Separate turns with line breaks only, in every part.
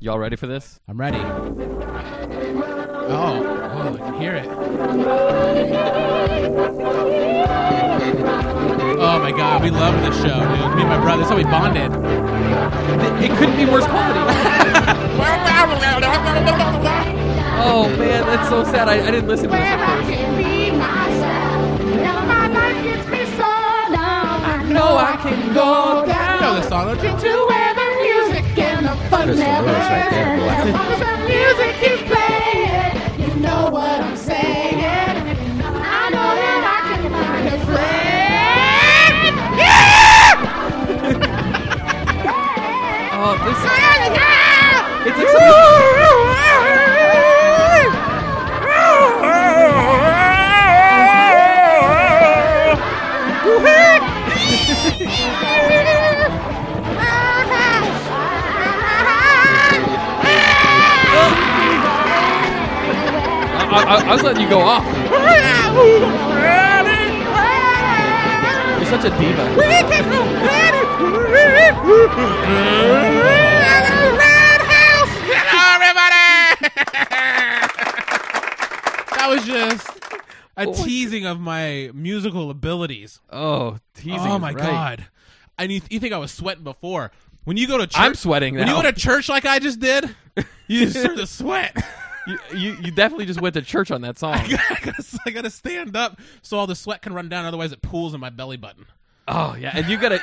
Y'all ready for this?
I'm ready. Oh, oh, I can hear it. Oh my god, we love this show, dude. Me and my brother, that's how we bonded.
It, it couldn't be worse quality. Oh man, that's so sad. I, I didn't listen to this
Where I
at first.
can be myself. Now my life gets me so down. I know I can go
You know
down
this song, don't you?
to where the music and the fun
That's the
never
words right there,
ends.
boy.
As long as the music is playing, you know what I'm saying. I know that I can find a friend. Yeah!
Oh, this
Yeah!
it's like something, I, I, I was letting you go off. You're such a diva.
Hello, everybody! that was just a teasing of my musical abilities.
Oh, teasing.
oh
is
my
right.
god! And you, you think I was sweating before? When you go to church,
I'm sweating
When you
now.
go to church like I just did, you just start to sweat.
You, you, you definitely just went to church on that song.
I gotta, I gotta stand up so all the sweat can run down. Otherwise, it pools in my belly button.
Oh yeah, and you gotta.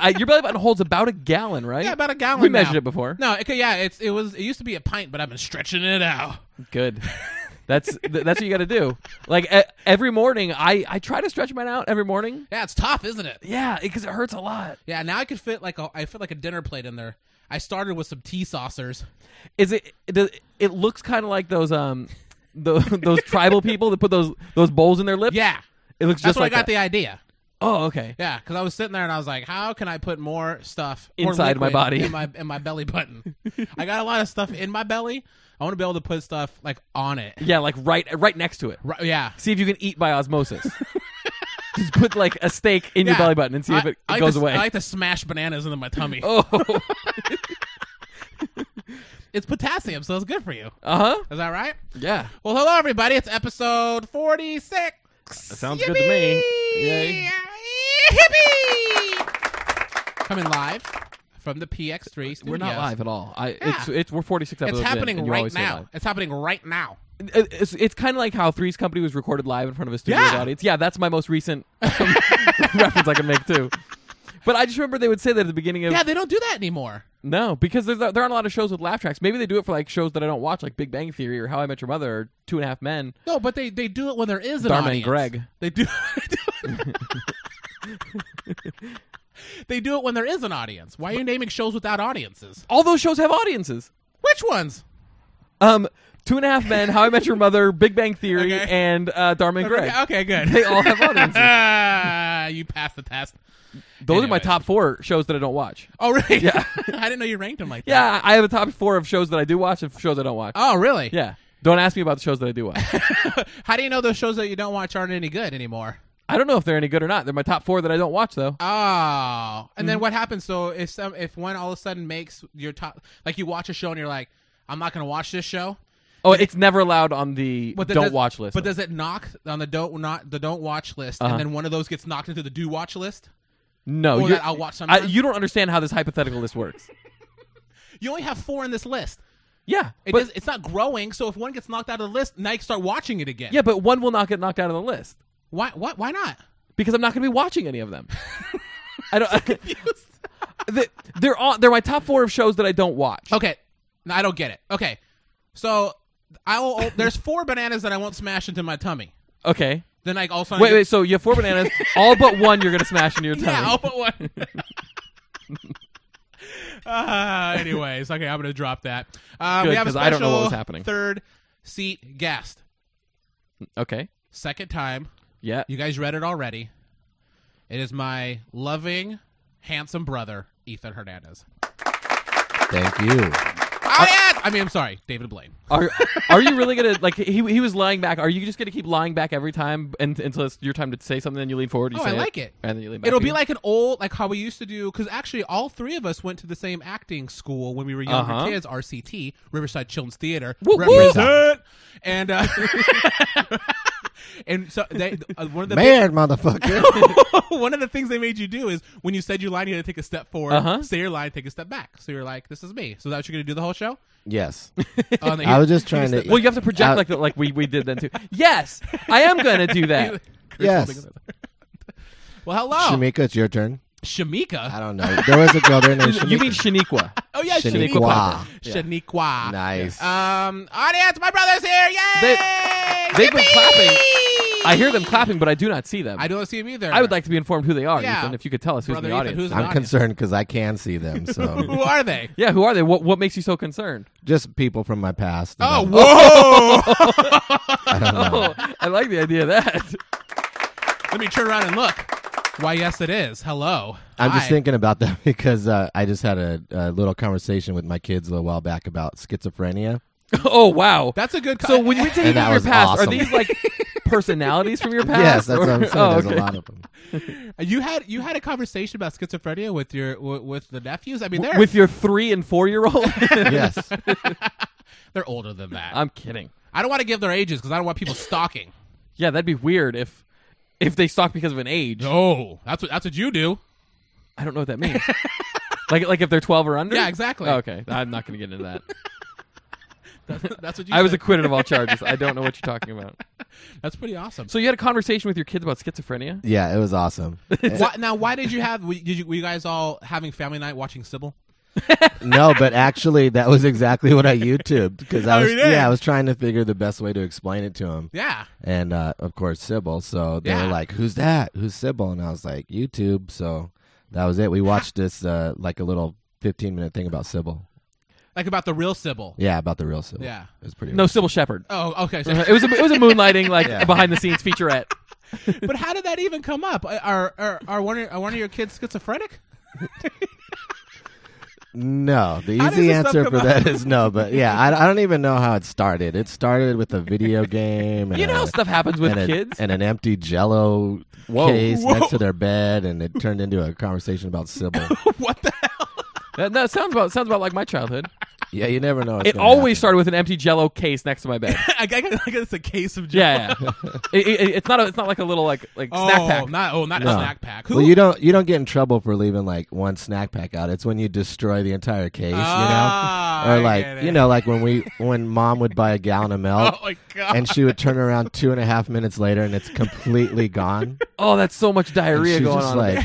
I, your belly button holds about a gallon, right?
Yeah, about a gallon.
We
now.
measured it before.
No, okay, yeah, it's it was it used to be a pint, but I've been stretching it out.
Good. That's th- that's what you got to do. Like e- every morning, I I try to stretch mine out every morning.
Yeah, it's tough, isn't it?
Yeah, because it hurts a lot.
Yeah, now I could fit like a I fit like a dinner plate in there. I started with some tea saucers.
Is it? it Does it looks kind of like those um, tho- those tribal people that put those those bowls in their lips.
Yeah,
it looks
that's
just
when
like
I got
that.
the idea.
Oh, okay.
Yeah, because I was sitting there and I was like, how can I put more stuff more
Inside my
liquid
body.
in my in my belly button? I got a lot of stuff in my belly. I want to be able to put stuff like on it.
Yeah, like right right next to it.
Right, yeah.
See if you can eat by osmosis. just put like a steak in
Yeah.
your belly button and see if
I-
it, it
I like
goes
to,
away.
I like to smash bananas into my tummy.
oh,
It's potassium, so it's good for you.
uh huh.
Is that right?
Yeah.
Well, hello everybody. It's episode forty-six.
sounds good to me.
Yippee!
Yay.
Yippee! Coming live from the PX3 studios.
We're not live at all. I it's,
Yeah.
it's we're 46
It's
episodes in,
happening
and you
right
always say
now.
live.
It's happening right now.
It- Uh, It's, it's kind of like how Three's Company was recorded live in front of a studio
Yeah.
audience. Yeah, that's my most recent um, reference I can make too. But I just remember they would say that at the beginning of
Yeah, they don't do that anymore.
no, because there's not- there aren't a lot of shows with laugh tracks. Maybe they do it for like shows that I don't watch, like Big Bang Theory or How I Met Your Mother or Two and a Half Men.
No, but they, they do it when there is an
Dharma and
audience.
Greg.
They do. they do it when there is an audience. Why are you naming shows without audiences?
All those shows have audiences.
Which ones?
Um, Two and a Half Men, How I Met Your Mother, Big Bang Theory,
Okay.
and uh, Dharma and Greg.
Okay, okay, good.
They all have audiences.
Ah, you passed the test.
Those are my
Anyways.
top four shows that I don't watch.
Oh, really?
Yeah.
I didn't know you ranked them like that.
Yeah, I have a top four of shows that I do watch and shows I don't watch.
Oh, really?
Yeah. Don't ask me about the shows that I do watch.
How do you know those shows that you don't watch aren't any good anymore?
I don't know if they're any good or not. They're my top four that I don't watch though.
Oh, and
Mm-hmm.
then what happens? So if some, if one all of a sudden makes your top, like you watch a show and you're like, I'm not gonna watch this show.
Oh, it's never allowed on the
But then
don't
does-
watch list.
But does it knock on the don't not the don't watch list,
Uh-huh.
and then one of those gets knocked into the do watch list?
no,
or
you're-
Oh, that I'll watch
I,
sometime?
you don't understand how this hypothetical list works.
You only have four in this list.
Yeah,
It
but
does, it's not growing. So if one gets knocked out of the list, now you can start watching it again.
yeah, but one will not get knocked out of the list
Why? What? Why not?
because I'm not going to be watching any of them. I don't. The- they're on. They're my top four of shows that I don't watch.
Okay, no, I don't get it. Okay, so I will. There's four bananas that I won't smash into my tummy.
Okay.
Then I also
Wait, wait. So you have four bananas. all but one you're going to smash into your tummy.
Yeah, all but one. uh, anyways, okay, I'm gonna drop that. Uh, we
Good,
have a
'cause
special
I don't know what was happening.
third seat guest.
Okay.
Second time.
Yeah.
You guys read it already. It is my loving, handsome brother, Ethan Hernandez.
Thank you.
All Audience! Oh, I mean, I'm sorry, David Blaine.
Are are you really gonna like? He he was lying back. Are you just gonna keep lying back every time and, until it's your time to say something? Then you lean forward. You
Oh,
say
I like it.
and then you lean back.
It'll be
again?
like an old, like how we used to do, because actually all three of us went to the same acting school when we were younger
Uh-huh.
kids, RCT, Riverside Children's Theater.
Woo, woo.
Represent! And, uh, and so they, uh, one of the
Man, motherfucker.
one of the things they made you do is when you said your line, you had to take a step forward,
Uh-huh.
say your line, take a step back. So you're like, "This is me." So that's what you're gonna do the whole show.
yes.
Oh, and
I was just trying to.
Well, you have to project
Uh,
like the, like we we did then too. yes, I am gonna do that.
Kurt's
Yes.
holding it. well, hello,
Shamika, it's your turn.
Shamika.
I don't know. There was a girl there named Shamika.
You mean Shaniqua?
Oh yeah,
Shaniqua.
Shaniqua. Piper. Shaniqua.
Nice.
Um, audience, my brother's here! Yay!
They- they've been
Yippee!
clapping. I hear them clapping, but I do not see them.
I don't see him either.
I would like to be informed who they are,
Yeah.
Ethan. If you could tell us who's
Brother
in the
Ethan,
audience.
who's-
I'm
Nadia.
concerned because I can see them. So
Who are they?
yeah, who are they? What what makes you so concerned?
just people from my past.
Oh,
You know,
whoa!
I don't know.
Oh, I like the idea of that.
Let me turn around and look. Why, yes, it is. Hello.
I'm
Hi.
just thinking about that because uh, I just had a, a little conversation with my kids a little while back about schizophrenia.
Oh wow.
That's a good. Co-
so when we take
And that
from your
was
past,
awesome.
are these like personalities from your past?
Yes, that's what I'm
or-
saying.
Oh,
There's
okay.
a lot of them.
You had you had a conversation about schizophrenia with your w- with the nephews. I mean, they're
With your three and four year old?
Yes.
they're older than that.
I'm kidding.
I don't want to give their ages because I don't want people stalking.
Yeah, that'd be weird if if they stalk because of an age.
No, that's what that's what you do.
I don't know what that means. like like if they're twelve or under? Oh,
Yeah, exactly.
Okay. I'm not gonna get into that.
That's what you.
I was
said.
acquitted of all charges. I don't know what you're talking about.
that's pretty awesome.
So you had a conversation with your kids about schizophrenia?
Yeah, it was awesome.
Why, now, why did you have? we- Did you, were you guys all having family night watching Sybil?
No, but actually, that was exactly what I YouTubed because I
Oh,
was
you did?
yeah I was trying to figure the best way to explain it to them.
Yeah.
And uh, of course, Sybil. So they
Yeah.
were like, "Who's that? Who's Sybil?" And I was like, "YouTube." So that was it. We watched this uh, like a little 15 minute thing about Sybil.
Like about the real Sybil.
Yeah, about the real Sybil.
Yeah.
it was pretty.
No, Sybil Shepherd.
Oh, okay. So,
It was a, it was a moonlighting like
Yeah.
behind the scenes featurette.
but how did that even come up? Uh, Are are, are one of, are one of your kids schizophrenic?
No, the
How does
easy
this stuff
answer for
come
that is no, but yeah, I, I don't even know how it started. It started with a video game. And
You know
a,
how stuff happens with
and a-
kids.
and an empty Jello case
Whoa.
next to their bed, and it turned into a conversation about Sybil.
what the hell?
That, that sounds about sounds about like my childhood.
yeah, you never know. what's
It
gonna
always
happen.
started with an empty Jello case next to my bed.
I, guess- I guess it's a case of
Yeah, yeah. It- it- it's not a, it's not like a little like like
Oh,
snack pack.
not oh, not a
No.
snack pack. Who?
Well, you don't you don't get in trouble for leaving like one snack pack out. It's when you destroy the entire case,
Ah,
you know,
I
or
get
like
it.
you know, like when we when mom would buy a gallon of milk.
Oh my god.
and she would turn around two and a half minutes later, and it's completely gone.
Oh, that's so much
And
diarrhea
she's
going
just
on.
like,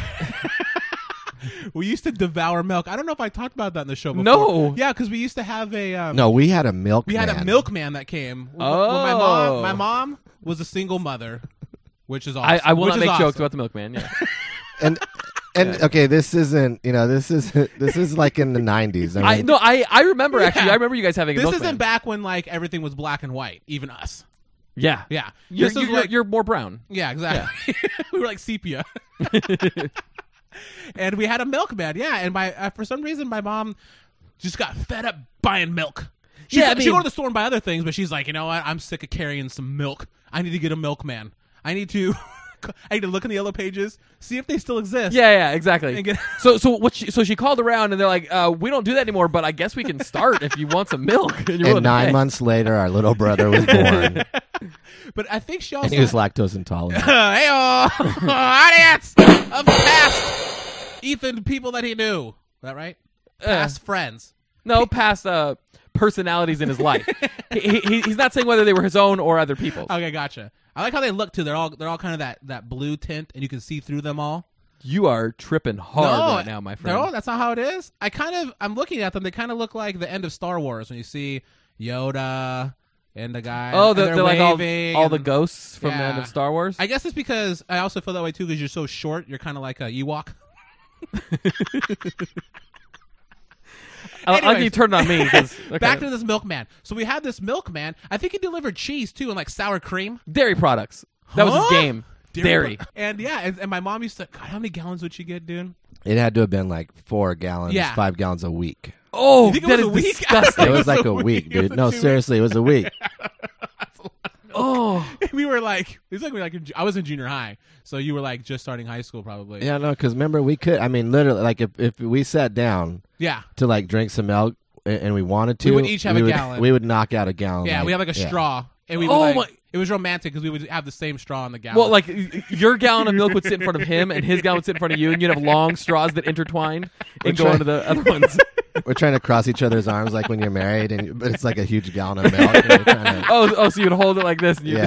We used to devour milk. I don't know if I talked about that in the show. Before.
No.
Yeah, because we used to have a. Um,
No, we had a milk.
We had a milkman that came. When my
Oh.
mom, my mom was a single mother, which is awesome.
I, I will
which
not
is
make
awesome.
jokes about the milkman. Yeah,
and and okay, this isn't you know this is this is like in the nineties. I
I
mean,
no, I I remember actually. I remember you guys having a
This
milkman.
isn't back when like everything was black and white, even us.
Yeah,
Yeah,
You're,
this
you're,
is like
you're more brown.
yeah, exactly. we were like sepia. and we had a milkman, yeah. And my uh, for some reason my mom just got fed up buying milk. She,
Yeah, I
she
mean-
go to the store and buy other things, but she's like, you know what? I'm sick of carrying some milk. I need to get a milkman. I need to, I need to look in the yellow pages, see if they still exist.
Yeah, yeah, exactly.
And get-
so, so what? She, so she called around, and they're like, uh, "We don't do that anymore, but I guess we can start if you want some milk." And, you're willing to
and nine
pay.
months later, our little brother was born,
But I think she also
and he was lactose intolerant.
hey audience of past Ethan people that he knew. Is that right? Past friends.
No, past uh, personalities in his life. he, he, he's not saying whether they were his own or other people's.
Okay, gotcha. I like how they look too. They're all they're all kind of that, that blue tint, and you can see through them all.
You are tripping hard right now, my friend.
No, that's not how it is. I kind of I'm looking at them. They kind of look like the end of Star Wars when you see Yoda and the guy.
oh,
and
they're,
they're,
they're like all,
waving
all the
and-
ghosts from the end
Yeah.
of Star Wars.
I guess it's because I also feel that way too because you're so short. You're kind of like a Ewok.
I, I like
anyways.
you turned on me. 'cause- okay.
Back to this milkman. So we had this milkman. I think he delivered cheese too and like sour cream.
dairy products. That was his
Huh?
game. Dairy.
And yeah, and, and my mom used to. God, how many gallons would she get, dude?
It had to have been like four gallons,
Yeah.
five gallons a week.
Oh,
think it
that
was
is
a week?
disgusting.
It was like
a
a
week.
week,
It
dude.
was
No,
two
seriously, it was a week.
oh,
we were like, it's like we were like, in ju- I was in junior high, so you were like just starting high school probably.
Yeah, no, because remember we could. I mean, literally, like if if we sat down
yeah,
to like drink some milk a- and we wanted to,
We would each have
we
a
would-
gallon.
We would knock out a gallon.
yeah. we have like a
yeah.
straw, and we. Would
Oh
like,
my-
It was romantic because we would have the same straw in the gallon.
well, like y- your gallon of milk would sit in front of him, and his gallon would sit in front of you, and you'd have long straws that intertwine and go
trying-
into the other ones.
We're trying to cross each other's arms like when you're married, and but it's like a huge gallon of milk. and we're trying to-
Oh, oh, so you'd hold it like this. And you'd,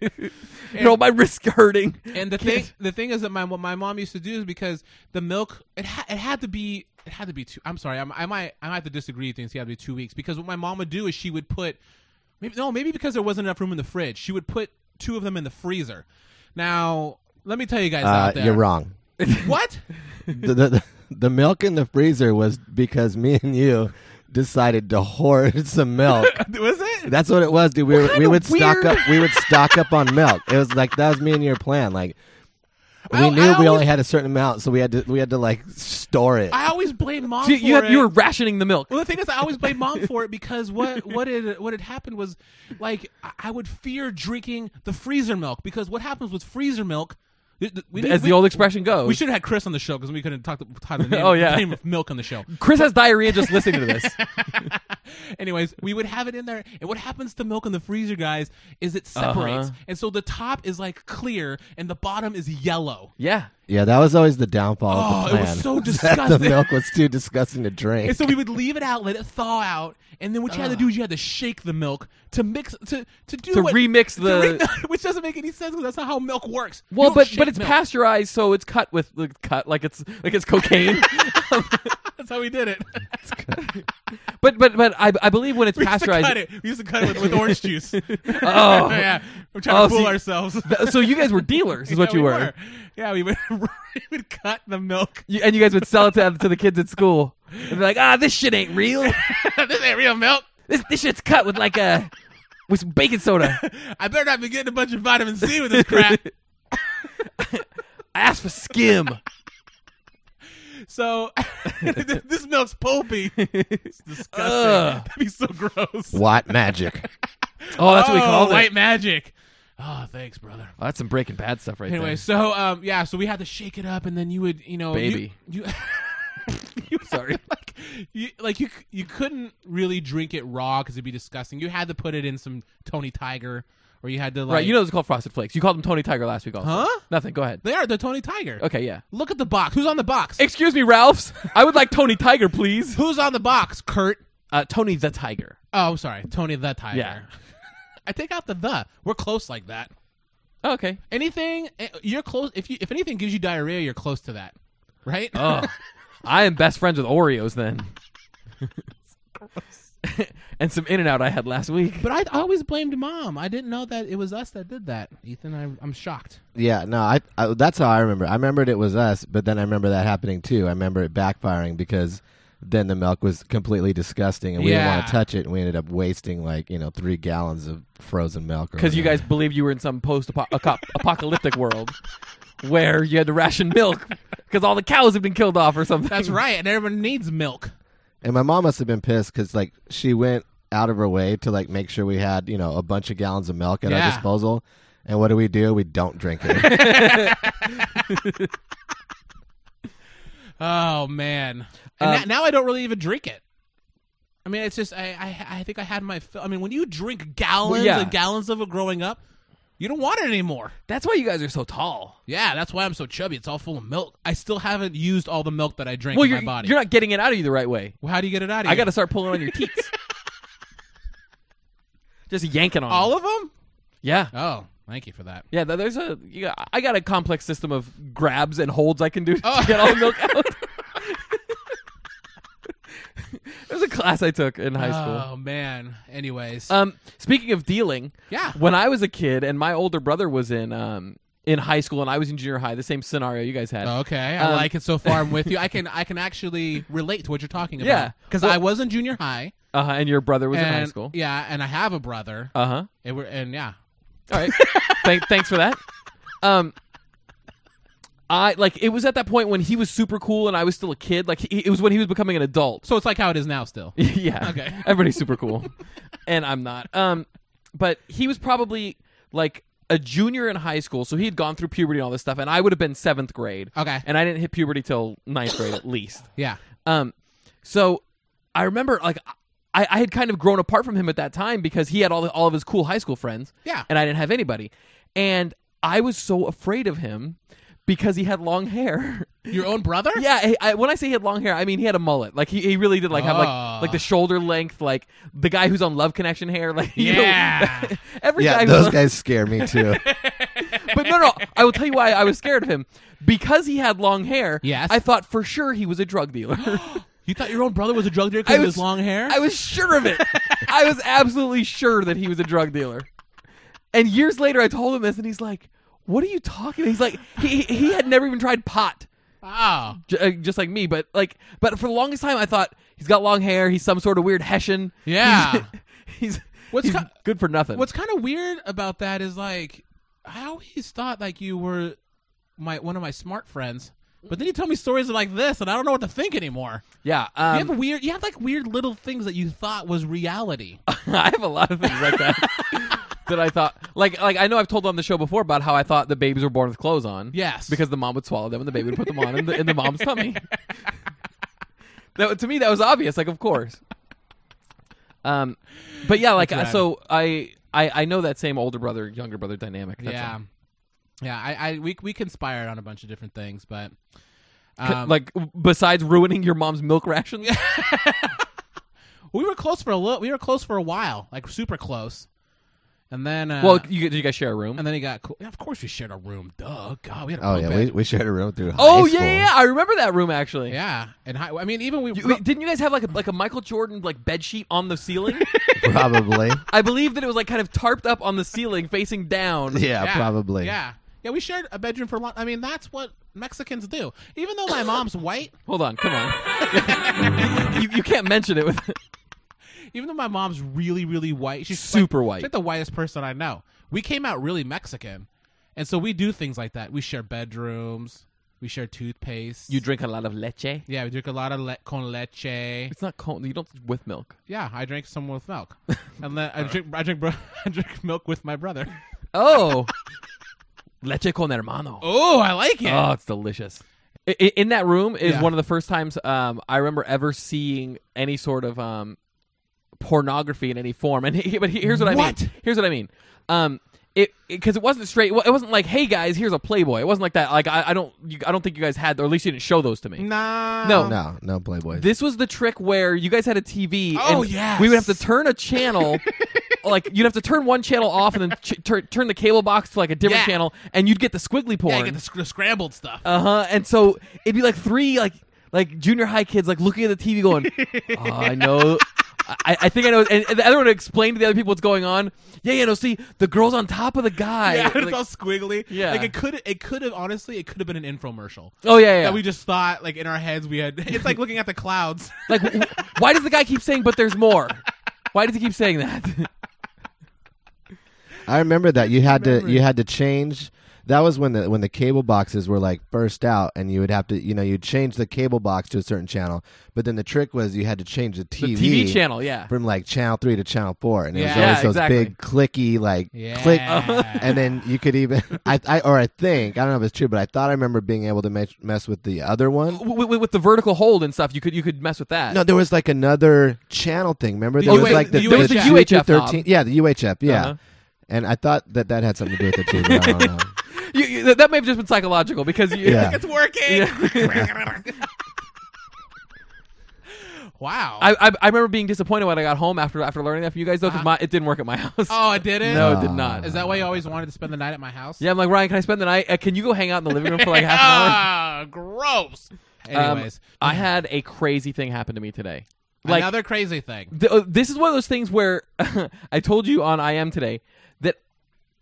Yeah.
you know, my wrist hurting.
And the thing, the thing is that my what my mom used to do is because the milk it ha- it had to be it had to be two. I'm sorry, I'm, I might I might have to disagree. with Things it had to be two weeks because what my mom would do is she would put maybe no maybe because there wasn't enough room in the fridge she would put two of them in the freezer. Now let me tell you guys
Uh,
out there,
you're wrong.
What?
the, the the milk in the freezer was because me and you decided to hoard some milk.
was it?
That's what it was, dude. We, were,
kind
we
of
would stock
weird-
up. We would stock up on milk. It was like that was me and your plan. Like we
Oh, I-
knew
I
we
always-
only had a certain amount, so we had to we had to like store it.
I always blame mom.
So you,
for
you, had-
it.
you were rationing the milk.
Well, the thing is, I always blame mom for it because what what had what had happened was, like, I- I would fear drinking the freezer milk because what happens with freezer milk, th- th- we need-
As the
we-
old expression goes.
we should have had Chris on the show because we couldn't talk the, talk the name,
Oh, yeah.
the name of milk on the show.
Chris has diarrhea just listening to this.
Anyways, we would have it in there, and what happens to milk in the freezer, guys, is it separates,
Uh-huh.
and so the top is like clear and the bottom is yellow.
Yeah.
yeah, that was always the downfall of
Oh,
the
it
plan.
was so
that the
disgusting.
milk was too disgusting to drink.
And so we would leave it out, let it thaw out, and then what you had to do is you had to shake the milk to mix to to do
To
what-
remix
to
the-
re- which doesn't make any sense because that's not how milk works. You
Well,
don't
but
shake
but it's
milk.
pasteurized, so it's cut with like, cut like it's like it's cocaine.
That's how we did it.
but but but I, I believe when it's
we used to
pasteurized.
cut it. We used to cut it with, with orange juice. oh yeah, we're trying
Oh,
to fool
see-
ourselves.
th- so you guys were dealers, is
Yeah,
what you
we
were,
Yeah, we would we would cut the milk.
You- and you guys would sell it to, to the kids at school. And they're like, ah, this shit ain't real.
this ain't real milk.
This this shit's cut with like a with baking soda.
I better not be getting a bunch of vitamin C with this crap.
I asked for skim.
So this, this milk's pulpy. It's disgusting.
Ugh.
That'd be so gross.
White magic.
Oh, that's what we
Oh,
called
white
it.
magic. Oh, thanks, brother.
Oh, that's some Breaking Bad stuff right
Anyway, so um, yeah, so we had to shake it up, and then you would, you know, you-
Baby.
you, you sorry, like you, like you, c- you couldn't really drink it raw because it'd be disgusting. You had to put it in some Tony Tiger, or you had to like,
Right, you know those are called Frosted Flakes. You called them Tony Tiger last week also.
Huh?
Nothing, go ahead.
they are the Tony Tiger.
Okay, yeah.
Look at the box. Who's on the box?
Excuse me, Ralphs. I would like Tony Tiger, please.
Who's on the box? Kurt.
Uh, Tony the Tiger.
Oh, I'm sorry, Tony the Tiger.
Yeah.
I take out the the. We're close like that.
Oh, okay.
Anything eh, you're close. If you if anything gives you diarrhea, you're close to that, right?
Oh, I am best friends with Oreos then. and some In and Out I had last week.
But I I always blamed mom. I didn't know that it was us that did that. Ethan, I, I'm shocked.
Yeah, no, I, I that's how I remember. I remembered it was us, but then I remember that happening too. I remember it backfiring because then the milk was completely disgusting, and we didn't want
Yeah.
to touch it, and we ended up wasting like you know three gallons of frozen milk. or
Because you
whatever.
guys believed you were in some post apocalyptic world where you had to ration milk because all the cows had been killed off or something.
That's right. And everyone needs milk.
and my mom must have been pissed because like she went out of her way to like make sure we had you know a bunch of gallons of milk at
Yeah.
our disposal. And what do we do? We don't drink it.
Oh man. And
Um,
na- now I don't really even drink it. I mean, it's just I I, I think I had my. Fill. I mean, when you drink gallons
yeah.
and gallons of it growing up, you don't want it anymore.
That's why you guys are so tall.
Yeah, that's why I'm so chubby. It's all full of milk. I still haven't used all the milk that I drank
well,
in
you're,
my body.
you're not getting it out of you the right way.
Well, How do you get it out of?
I
you?
got to start pulling on your teats. Just yanking on
all
them.
of them.
Yeah.
Oh, thank you for that.
Yeah, th- there's a. You got, I got a complex system of grabs and holds I can do to get all the milk out. there's a class I took in high school.
Oh man. Anyways,
Um, speaking of dealing,
Yeah.
When I was a kid and my older brother was in um in high school and I was in junior high, the same scenario you guys had.
okay, I
um,
like it so far. I'm with you. I can I can actually relate to what you're talking about.
Yeah.
because
Well-
I was in junior high.
Uh-huh, and your brother was
and,
in high school.
Yeah, and I have a brother.
Uh huh.
and, we're, and yeah,
All right. Thank, thanks for that. Um, I like it was at that point when he was super cool and I was still a kid. Like he, it was when he was becoming an adult.
So it's like how it is now still.
yeah.
Okay.
Everybody's super cool, and I'm not. Um, but he was probably like a junior in high school, so he had gone through puberty and all this stuff, and I would have been seventh grade.
Okay.
And I didn't hit puberty till ninth grade at least.
Yeah.
Um, so I remember like I, I had kind of grown apart from him at that time because he had all the, all of his cool high school friends.
Yeah.
And I didn't have anybody, and I was so afraid of him because he had long hair.
Your own brother?
yeah, I, I, when I say he had long hair, I mean he had a mullet. Like he, he really did like have
Ah.
like like the shoulder length, like the guy who's on Love Connection hair. Like you know,
Yeah.
every guy
Yeah,
who's
those
on-
guys scare me too.
but no, no, I will tell you why I was scared of him because he had long hair.
Yes.
I thought for sure he was a drug dealer.
You thought your own brother was a drug dealer because of his long hair?
I was sure of it. I was absolutely sure that he was a drug dealer. And years later, I told him this, and he's like, "What are you talking?" He's like, he he he had never even tried pot,
oh.
j- uh, just like me. But like, but for the longest time, I thought he's got long hair. He's some sort of weird Hessian.
Yeah.
he's, he's
What's
he's
co-
good for nothing.
What's kind of weird about that is like I always thought like you were my one of my smart friends, but then you tell me stories like this, and I don't know what to think anymore.
yeah? Um,
you have weird, you have like weird little things that you thought was reality.
I have a lot of things like that. that I thought, like, like I know I've told on the show before about how I thought the babies were born with clothes on.
Yes.
because the mom would swallow them and the baby would put them on in the, in the mom's tummy. That to me that was obvious. Like, of course. Um, but yeah, like
That's rad.
so I, I I know that same older brother younger brother dynamic. That's
yeah, yeah. I, I we we conspired on a bunch of different things, but
all. C-
um,
like besides ruining your mom's milk ration.
we were close for a little. We were close for a while, like super close, and then uh,
well, you, did you guys share a room?
and then he got cool. Yeah, of course, we shared a room. Duh, God, we had a
Oh
bunk
yeah,
bed.
we, we shared a room through high
oh yeah,
school.
yeah, yeah, I remember that room actually.
yeah. And high, I mean, even we
You- wait, didn't you guys have like a, like a Michael Jordan like bed sheet on the ceiling?
Probably.
I believe that it was like kind of tarped up on the ceiling, facing down.
Yeah,
Yeah,
probably.
Yeah. Yeah, we shared a bedroom for a long I mean, that's what Mexicans do. Even though my mom's white,
Hold on, come on. you, you can't mention it with.
even though my mom's really, really white, she's
Super
like-
white.
she's like the whitest person I know. We came out really Mexican, and so we do things like that. We share bedrooms. We share toothpaste.
You drink a lot of leche.
Yeah, we drink a lot of le- con leche.
It's not cold. You don't with milk.
Yeah, I drink some with milk, and then I drink I drink bro- I drink milk with my brother.
Oh, leche con hermano. Oh,
Oh, I like it.
it's delicious. I- I- In that room is
Yeah.
one of the first times um, I remember ever seeing any sort of um, pornography in any form. And he- but he- here's what, I
What?
mean. Here's what I mean. Um, it because it, wasn't straight. It wasn't like, hey guys, here's a Playboy. It wasn't like that. Like I, I don't. You, I don't think you guys had, or at least you didn't show those to me.
nah.
No.
Oh, No, no Playboy.
Um, This was the trick where you guys had a TV.
Oh,
and
yes.
We would have to turn a channel. like you'd have to turn one channel off and then ch- tur- turn the cable box to like a different
Yeah.
channel, and you'd get the squiggly
Yeah, I
porn.
get the, sc- the scrambled stuff.
uh huh. And so it'd be like three like like junior high kids like looking at the TV going, oh, I know. I, I think I know, and and the other one would explain to the other people what's going on. Yeah, yeah, no. See, the girl's on top of the guy.
yeah, it's
Like-
all squiggly.
Yeah.
like it could, it could have honestly, it could have been an infomercial
oh yeah, yeah.
that we just thought, like in our heads, we had. It's like looking at the clouds.
Like, w- w- why does the guy keep saying, "But there's more"? Why does he keep saying that?
I remember that you had to
remember
you
it.
had to change. That was when the when the cable boxes were like first out, and you would have to you know you'd change the cable box to a certain channel. But then the trick was you had to change the
the
TV,
TV channel, yeah.
from like channel three to channel four, and it was
Yeah.
always
Yeah,
those
exactly.
big clicky like click. And then you could even I, I or I think I don't know if it's true, but I thought I remember being able to mess, mess with the other one.
with, with, with the vertical hold and stuff, you could you could mess with that.
No, there was like another channel thing. Remember, there
Oh,
was
wait,
like
the
the,
UHF. There was the
two to
UHF knob.
13 Yeah, the UHF. Yeah,
Uh-huh.
and I thought that that had something to do with it too. But I don't know.
You- you- that- that may have just been psychological because you,
Yeah.
it's working. wow.
I, I I remember being disappointed when I got home after after learning that from you guys though because
Uh-huh.
my it didn't work at my house.
oh, I did it.
no, it did not.
Is that why you always wanted to spend the night at my house?
yeah, I'm like Ryan. Can I spend the night? Uh, can you go hang out in the living room for like half an hour?
Ah, gross.
Um,
Anyways,
I had a crazy thing happen to me today. Like
another crazy thing.
th- uh, this is one of those things where I told you on I am today that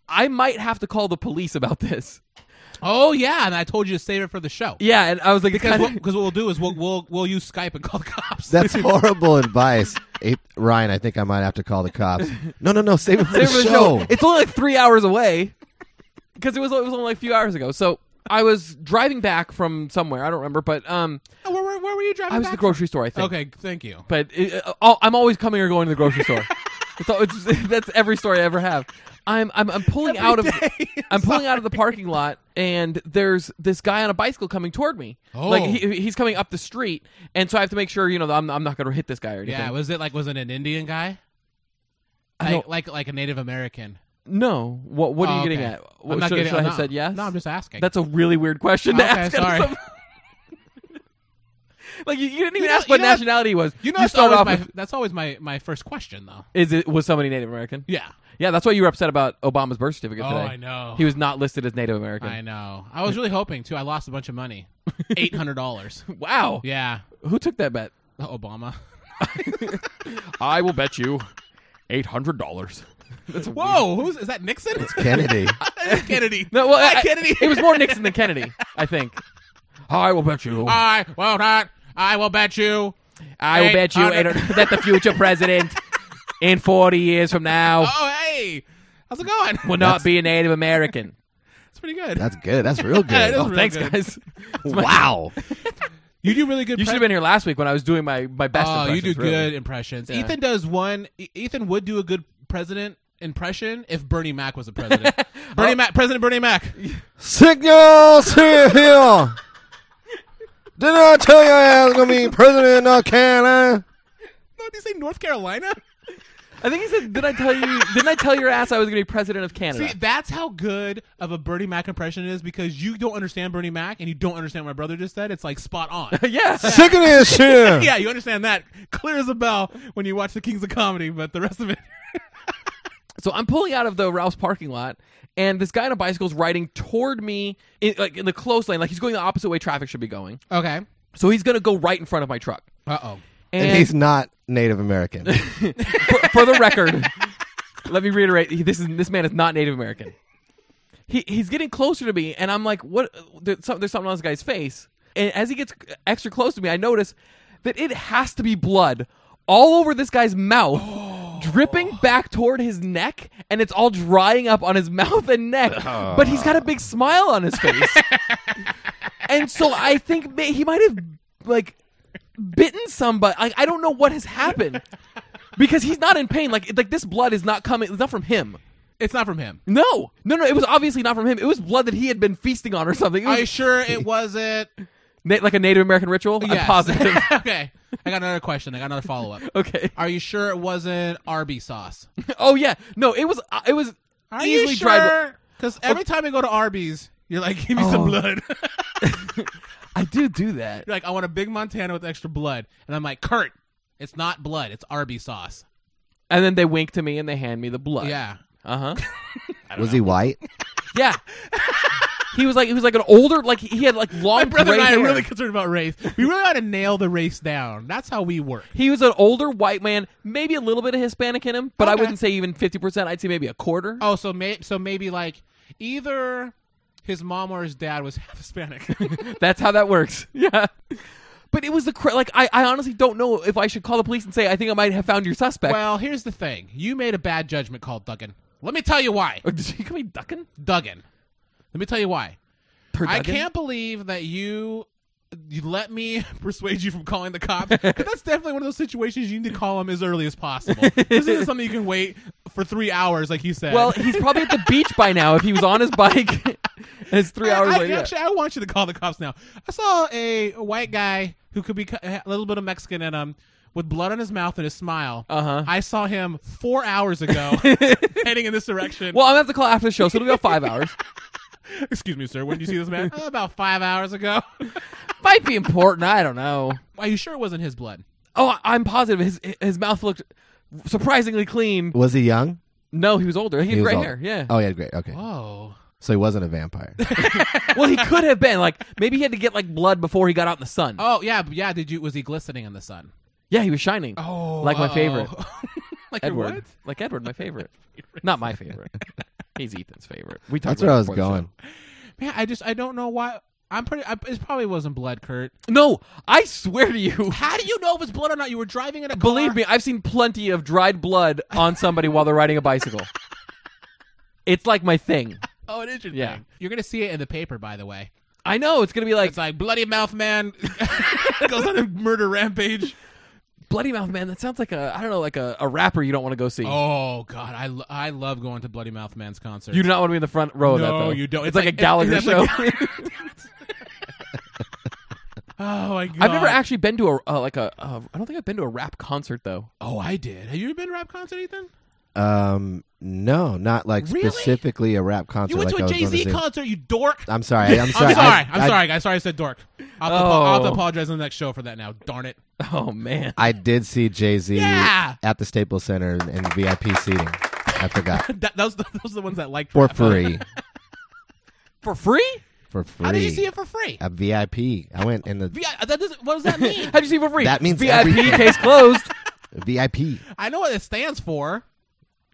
I might have to call the police about this.
Oh yeah, and I told you to save it for the show.
Yeah, and I was like, it's
Because
kinda-
what, 'cause what we'll do is we'll, we'll we'll use Skype and call the cops.
That's horrible advice. It, Ryan, I think I might have to call the cops. No, no, no. Save it for the
Save it for the
show.
It's only like three hours away because it was it was only like a few hours ago. So I was driving back from somewhere. I don't remember, but um,
Oh, where, where, where were you driving?
I was at the
back
grocery store. I
from?
think.
Okay, thank you.
But it, uh, all- I'm always coming or going to the grocery store. It's all, it's, that's every story I ever have. I'm I'm, I'm pulling out of I'm pulling out of the parking lot, and there's this guy on a bicycle coming toward me.
Oh.
Like he, he's coming up the street, and so I have to make sure you know that I'm I'm not going to hit this guy or anything.
Yeah, was it like was it an Indian guy?
I
Like
don't-
like like a Native American.
no. What what are
Oh,
you getting
okay.
at?
I'm
What,
not
should
getting-
should I
I'm
have
not-
said yes?
No, I'm just asking.
That's a really weird question to
Okay,
ask.
sorry.
Some- like you, you didn't even
know-
ask what
you know-
nationality it was.
you know
you
that's
start
always
off
my
with,
that's always my my first question though.
is it was somebody Native American?
Yeah.
Yeah, that's why you were upset about Obama's birth certificate
Oh,
today.
I know.
He was not listed as Native American.
I know. I was really hoping too. I lost a bunch of money. Eight hundred dollars.
Wow.
Yeah.
Who took that bet?
Obama.
I will bet you eight hundred dollars.
Whoa, who's is that Nixon?
Kennedy.
That's Kennedy.
No, well,
That
I-
Kennedy.
it was more Nixon than Kennedy, I think. I will bet you.
I will not. I will bet you.
I will bet you
800
800 that the future president in forty years from now
Oh, hey, how's it going?
will not be a Native American.
It's pretty good.
That's good. That's real
Yeah, it
good.
is
Oh,
real
Thanks,
good.
guys.
wow.
You do really good.
You should have been here last week when I was doing my my best.
Oh, you do
impressions, really.
good impressions.
Yeah.
Ethan does one. E- Ethan would do a good president impression if Bernie Mac was the president. Bernie Mac, President Bernie Mac.
Signals here, here. Did I tell you I was gonna be president of North Carolina?
No, did he say North Carolina?
I think he said, "Did I tell you? Didn't I tell your ass I was going to be president of Canada?"
See, that's how good of a Bernie Mac impression is because you don't understand Bernie Mac and you don't understand what my brother just said. It's like spot on.
yeah.
Sick of this shit.
yeah, you understand that clear as a bell when you watch the Kings of Comedy, but the rest of it.
So I'm pulling out of the Ralph's parking lot, and this guy on a bicycle is riding toward me, in, like in the close lane, like he's going the opposite way traffic should be going.
Okay.
So he's going to go right in front of my truck.
Uh oh.
And,
And he's not Native American.
for, for the record, let me reiterate: he- this is this man is not Native American. He he's getting closer to me, and I'm like, "What? There's something, there's something on this guy's face." And as he gets extra close to me, I notice that it has to be blood all over this guy's mouth. Dripping back toward his neck, and it's all drying up on his mouth and neck. But he's got a big smile on his face, and so I think may- he might have like bitten somebody. Like I don't know what has happened because he's not in pain. Like like this blood is not coming. It's not from him.
It's not from him.
No, no, no. It was obviously not from him. It was blood that he had been feasting on or something. It
Are you
was
sure it wasn't?
na- like a Native American ritual. I'm
Yes.
positive.
okay. I got another question. I got another follow up.
okay.
Are you sure it wasn't Arby sauce?
Oh yeah. No, it was. Uh, it was
Are
easily
you
dried.
sure? Oh. Because every time I go to Arby's, you're like, give me some blood.
I do do that.
you're like, I want a big Montana with extra blood, and I'm like, Kurt, it's not blood, it's Arby sauce.
And then they wink to me and they hand me the blood.
Yeah.
Uh huh.
Was he white?
Yeah. He was like he was like an older like he had like long
My brother and
gray
I are
hair.
really concerned about race. We really ought to nail the race down. That's how we work.
He was an older white man, maybe a little bit of Hispanic in him, but I
Okay.
wouldn't say even fifty percent. I'd say maybe a quarter.
Oh, so may- so maybe like either his mom or his dad was half Hispanic.
That's how that works. Yeah. But it was the cra- like I, I honestly don't know if I should call the police and say I think I might have found your suspect.
well, here's the thing: you made a bad judgment call, Duggan. Let me tell you why,
Oh, Did you call me Duckin?
Duggan. Let me tell you why.
Turducken?
I can't believe that you you let me persuade you from calling the cops. 'Cause that's definitely one of those situations you need to call them as early as possible. this isn't something you can wait for three hours, like you said.
Well, he's probably at the beach by now if he was on his bike. and it's three
I-
hours
I,
later. Yeah.
Actually, I want you to call the cops now. I saw a white guy who could be cu- a little bit of Mexican in him. With blood on his mouth and a smile,
Uh-huh.
I saw him four hours ago heading in this direction.
Well, I'm gonna have to call after the show, so it'll be about five hours.
excuse me, sir. When did you see this man? "Uh, About five hours ago.
Might be important. I don't know.
Are you sure it wasn't his blood?
Oh, I- I'm positive his his mouth looked surprisingly clean.
Was he young?
No, he was older. He had
He was
gray
old.
hair. Yeah.
Oh, he had great. Okay,
Oh,
so he wasn't a vampire.
Well, he could have been like maybe he had to get like blood before he got out in the sun.
oh yeah, but yeah. Did you? Was he glistening in the sun?
Yeah, he was shining.
Oh,
Like my favorite.
like your
Edward.
What?
Like Edward, my favorite. Not my favorite. He's Ethan's favorite. We talked
That's where I
about it before
was
the
going.
Man, I just I don't know why. I'm pretty. I, it probably wasn't blood, Kurt.
show. No, I swear to you.
How do you know if it's blood or not? You were driving in a car.
Believe me, I've seen plenty of dried blood on somebody while they're riding a bicycle. It's like my thing.
Oh, it is your
Yeah.
thing. You're gonna see it in the paper, by the way.
I know it's gonna be like
It's like bloody mouth man goes on a murder rampage.
Bloody Mouth Man. That sounds like a I don't know like a, a rapper you don't want to go see.
Oh god, I, lo- I love going to bloody mouth man's concert.
You do not want to be in the front row of that.
No,
though.
you don't.
It's,
It's
like,
like-
a Gallagher
it's
show.
like oh my god,
I've never actually been to a uh, like a. Uh, I don't think I've been to a rap concert though.
Oh, I did. Have you ever been to a rap concert, Ethan?
Um, no, not like
Really?
specifically a rap concert.
You went
like
to
I
a
was
Jay
going to
Z
say.
concert, you dork.
I'm sorry. I'm sorry.
I'm sorry.
I,
I, am
I-
sorry, guys. Sorry, I said dork. I'll, have to,
Oh.
apo- I'll have to apologize on the next show for that now. Darn it.
Oh man,
I did see Jay Z
Yeah.
at the Staples Center in, in VIP seating. I forgot
That, those those are the ones that like
for
rap.
free.
for free?
For free.
How did you see it for free?
A VIP. I went in the
V- I- that doesn't- what does that mean?
How'd you see it for free?
That means
VIP
everything.
case closed.
VIP.
I know what it stands for.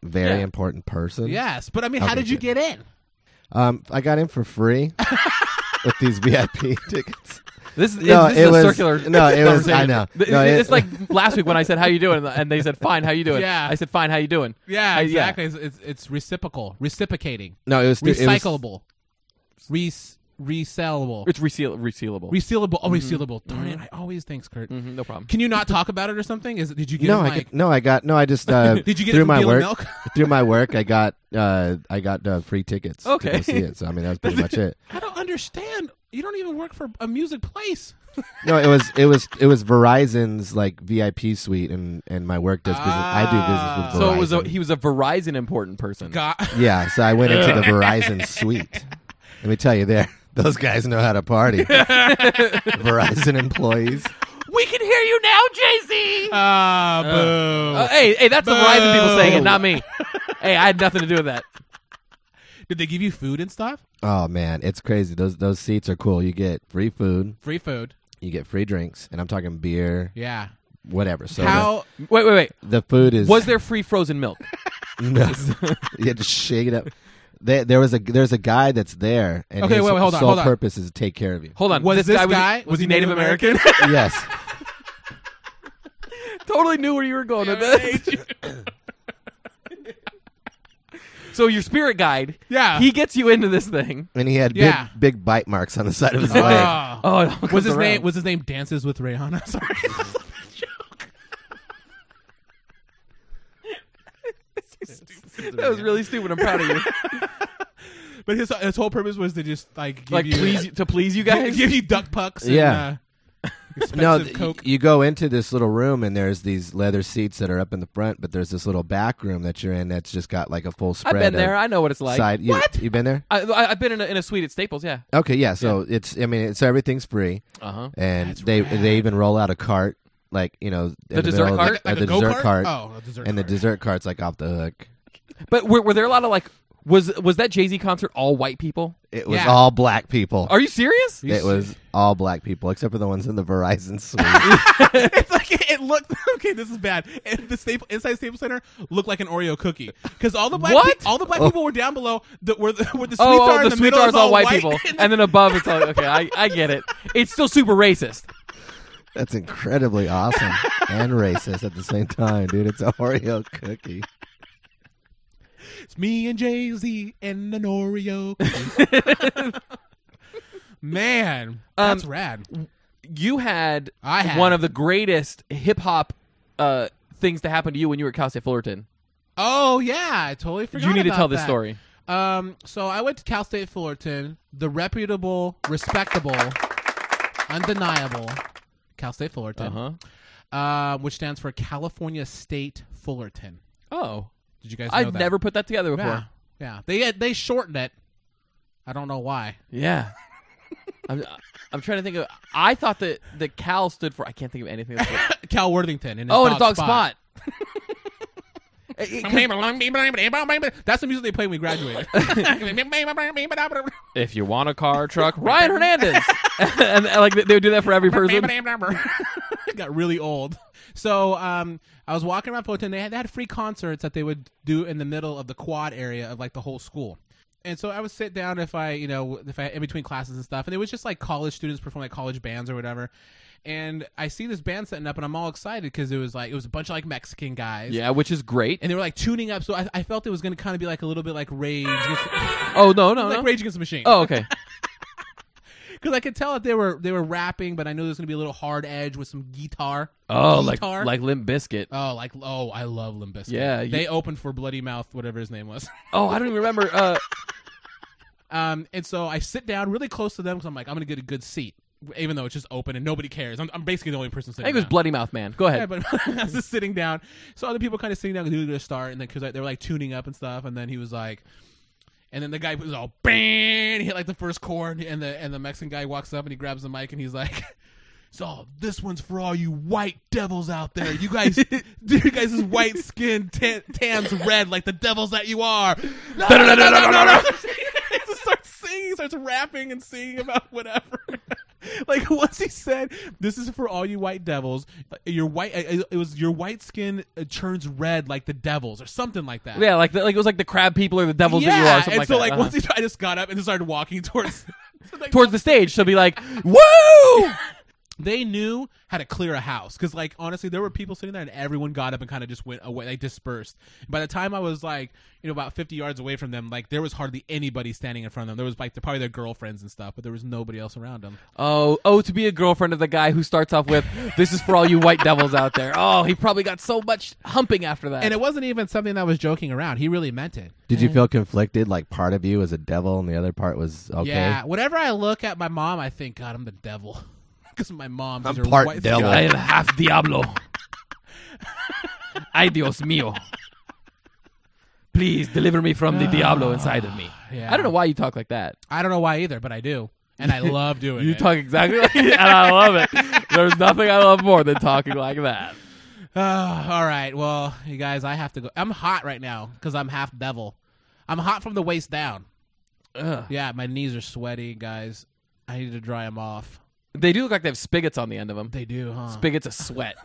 Very
Yeah.
important person.
Yes, but I mean,
Okay,
how did you
good. Uh,
get in?
Um, I got in for free with these VIP tickets.
This is,
No,
this
it
is a
was
circular.
no, it was. I
conversation.
know.
Th-
No,
it's
it-
like last week when I said how you doing, and they said fine, how you doing?
Yeah.
I said fine, how you doing?
Yeah,
I-
exactly. It's, it's, it's reciprocal, reciprocating,
no, it was it was-
recyclable, Res- resellable,
It's reseal- resealable.
resealable. Oh,
Mm-hmm.
resealable. Darn it! I always thanks, Kurt.
Mhm, no problem.
Can you not talk about it or something? Is it- did you get
no,
him,
I
like
got, no, I got no. I just uh,
Did you get it
through
from
my
Deal
work?
Milk?
through my work, I got uh, I got uh, free tickets to
Okay.
go see it. So I mean, that was pretty much it.
I don't understand. You don't even work for a music place.
No, it was it was it was Verizon's like VIP suite, and and my work does business. I do business with
So
Verizon.
it was a, he was a Verizon important person.
God,
yeah. So I went into the Verizon suite. Let me tell you, there those guys know how to party. Verizon employees.
We can hear you now, Jay Z.
ah, boo.
Uh, hey, hey, that's the
Boo.
Verizon people saying it, not me. hey, I had nothing to do with that.
Did they give you food and stuff?
Oh man, it's crazy. Those those seats are cool. You get free food,
Free food.
you get free drinks, and I'm talking beer,
Yeah.
whatever.
Oh,
So
How?
Wait, wait, wait.
the, the food is
Was there free frozen milk?
No. you had to shake it up. There, there was a there's a guy that's there, and
Okay,
his
wait, wait, hold on,
sole
hold on.
purpose is to take care of you.
Hold on.
Was this guy-
was, he Native, American?
yes,
totally knew where you were going with this. so your spirit guide,
Yeah.
he gets you into this thing.
and he had
Yeah.
big big bite marks on the side of his leg.
Ah.
Oh, it all comes
was his
around.
name? Was his name Dances with Rihanna? Sorry.
that was really stupid. I'm proud of you.
But his his whole purpose was to just like give
like
you
please to please you guys.
give you duck pucks. And,
Yeah.
uh, expensive
No, th-
coke.
you go into this little room, and there's these leather seats that are up in the front, but there's this little back room that you're in that's just got like a full
I've
spread.
been
of
there. I know what it's like.
Side, you,
what?
You been there?
I, I, have been in a, in a suite at Staples. Yeah.
Okay, yeah. So it's I mean, so everything's free,
Uh huh.
and
That's
they
rad.
they even roll out a cart, like you know, in the
dessert
middle of
cart?
uh,
Like
the dessert
go-kart?
cart,
Oh, a dessert
and the
cart.
dessert cart's like off the hook.
But were, were there a lot of like was was that Jay Z concert all white people?
It was
Yeah.
all black people.
Are you serious?
it was all black people except for the ones in the Verizon suite.
It's like it, it looked okay. This is bad. And the staple inside Staples Center looked like an Oreo cookie because all the black
What?
pe- all the black people were down below the, where the where the sweets
Oh, oh
are. in
the,
the
sweet
middle
jar
is
is all white
white
people, and then above it's all okay. I, I get it. It's still super racist.
That's incredibly awesome and racist at the same time, dude. It's a Oreo cookie.
It's me and Jay Z and an Oreo. Man, that's
Um,
rad.
You had,
I had.
one of the greatest hip hop uh, things to happen to you when you were at Cal State Fullerton.
Oh yeah, I totally forgot.
you need to
about
tell this
that.
story.
Um, so I went to Cal State Fullerton, the reputable, respectable, undeniable Cal State Fullerton.
Uh-huh.
uh, which stands for California State Fullerton.
Oh,
Did you guys? Know
I've
that?
never put that together before.
Yeah, yeah. They uh, they shortened it. I don't know why.
Yeah. I'm, I'm trying to think of. I thought that the Cal stood for. I can't think of anything. That's what,
Cal Worthington. In his
oh,
dog
and a dog
spot.
spot. Eh, eh, 'cause
That's the music they played when we graduated.
if you want a car, truck, Ryan Hernandez, and, and, like they would do that for every person.
Got really old. So um, I was walking around Fullerton. They had, they had free concerts that they would do in the middle of the quad area of like the whole school. And so I would sit down if I, you know, if I in between classes and stuff, and it was just like college students performing like college bands or whatever. And I see this band setting up, and I'm all excited because it was like it was a bunch of like Mexican guys,
Yeah, which is great.
and they were like tuning up. So I, I felt it was going to kind of be like a little bit like Rage, Against-
Oh no, no,
like
no.
Rage Against the Machine.
Oh, okay.
because I could tell that they were they were rapping, but I knew there was gonna be a little hard edge with some guitar.
Oh, like
Guitar.
like Limp Biscuit.
oh like oh I love Limp Bizkit.
Yeah, you-
they opened for Bloody Mouth, whatever his name was.
Oh, I don't even remember. Uh,
Um, and so I sit down really close to them because I'm like, I'm gonna get a good seat, even though it's just open and nobody cares. I'm, I'm basically the only
I
person sitting.
think it was
down.
Bloody Mouth Man. Go
Yeah,
ahead.
but I was just sitting down. So other people kind of sitting down because they were gonna start, and then because they were like tuning up and stuff, and then he was like. And then the guy was all bang. He hit like the first chord, and the and the Mexican guy walks up and he grabs the mic and he's like, "So this one's for all you white devils out there. You guys, you guys is white skin, tan, tans red like the devils that you are." No, no, no, no, no, no, no. he just starts singing, he starts rapping and singing about whatever. like once he said, "This is for all you white devils. uh, Your white, it was your white skin uh, turns red like the devils or something like that."
Yeah, like the, like it was like the crab people or the devils that you are. or something
and
like
so
that.
like
Uh-huh.
once he, I just got up and just started walking towards. like,
towards the stage, she'll be like, "Woo!"
they knew how to clear a house because like honestly there were people sitting there and everyone got up and kind of just went away like dispersed by the time i was like you know about 50 yards away from them like there was hardly anybody standing in front of them there was like probably their girlfriends and stuff but there was nobody else around them
Oh, oh, to be a girlfriend of the guy who starts off with, "This is for all you white devils out there." Oh, he probably got so much humping after that.
and it wasn't even something that was joking around he really meant it
Did you feel conflicted? Like part of you was a devil and the other part was okay.
yeah whenever i look at my mom i think god i'm the devil because my mom
I'm
is her
part
white
devil.
I am half Diablo. Ay Dios mío. Please deliver me from the Diablo inside of me.
Yeah.
I don't know why you talk like that.
i don't know why either but i do and i love doing
You
it
talk exactly like and I love it. There's nothing I love more than talking like that.
Ah, all right. Well, you guys, I have to go. I'm hot right now because I'm half devil. I'm hot from the waist down.
Ugh.
Yeah, my knees are sweaty, guys. I need to dry them off.
They do look like they have spigots on the end of them.
They do, huh?
Spigots of sweat.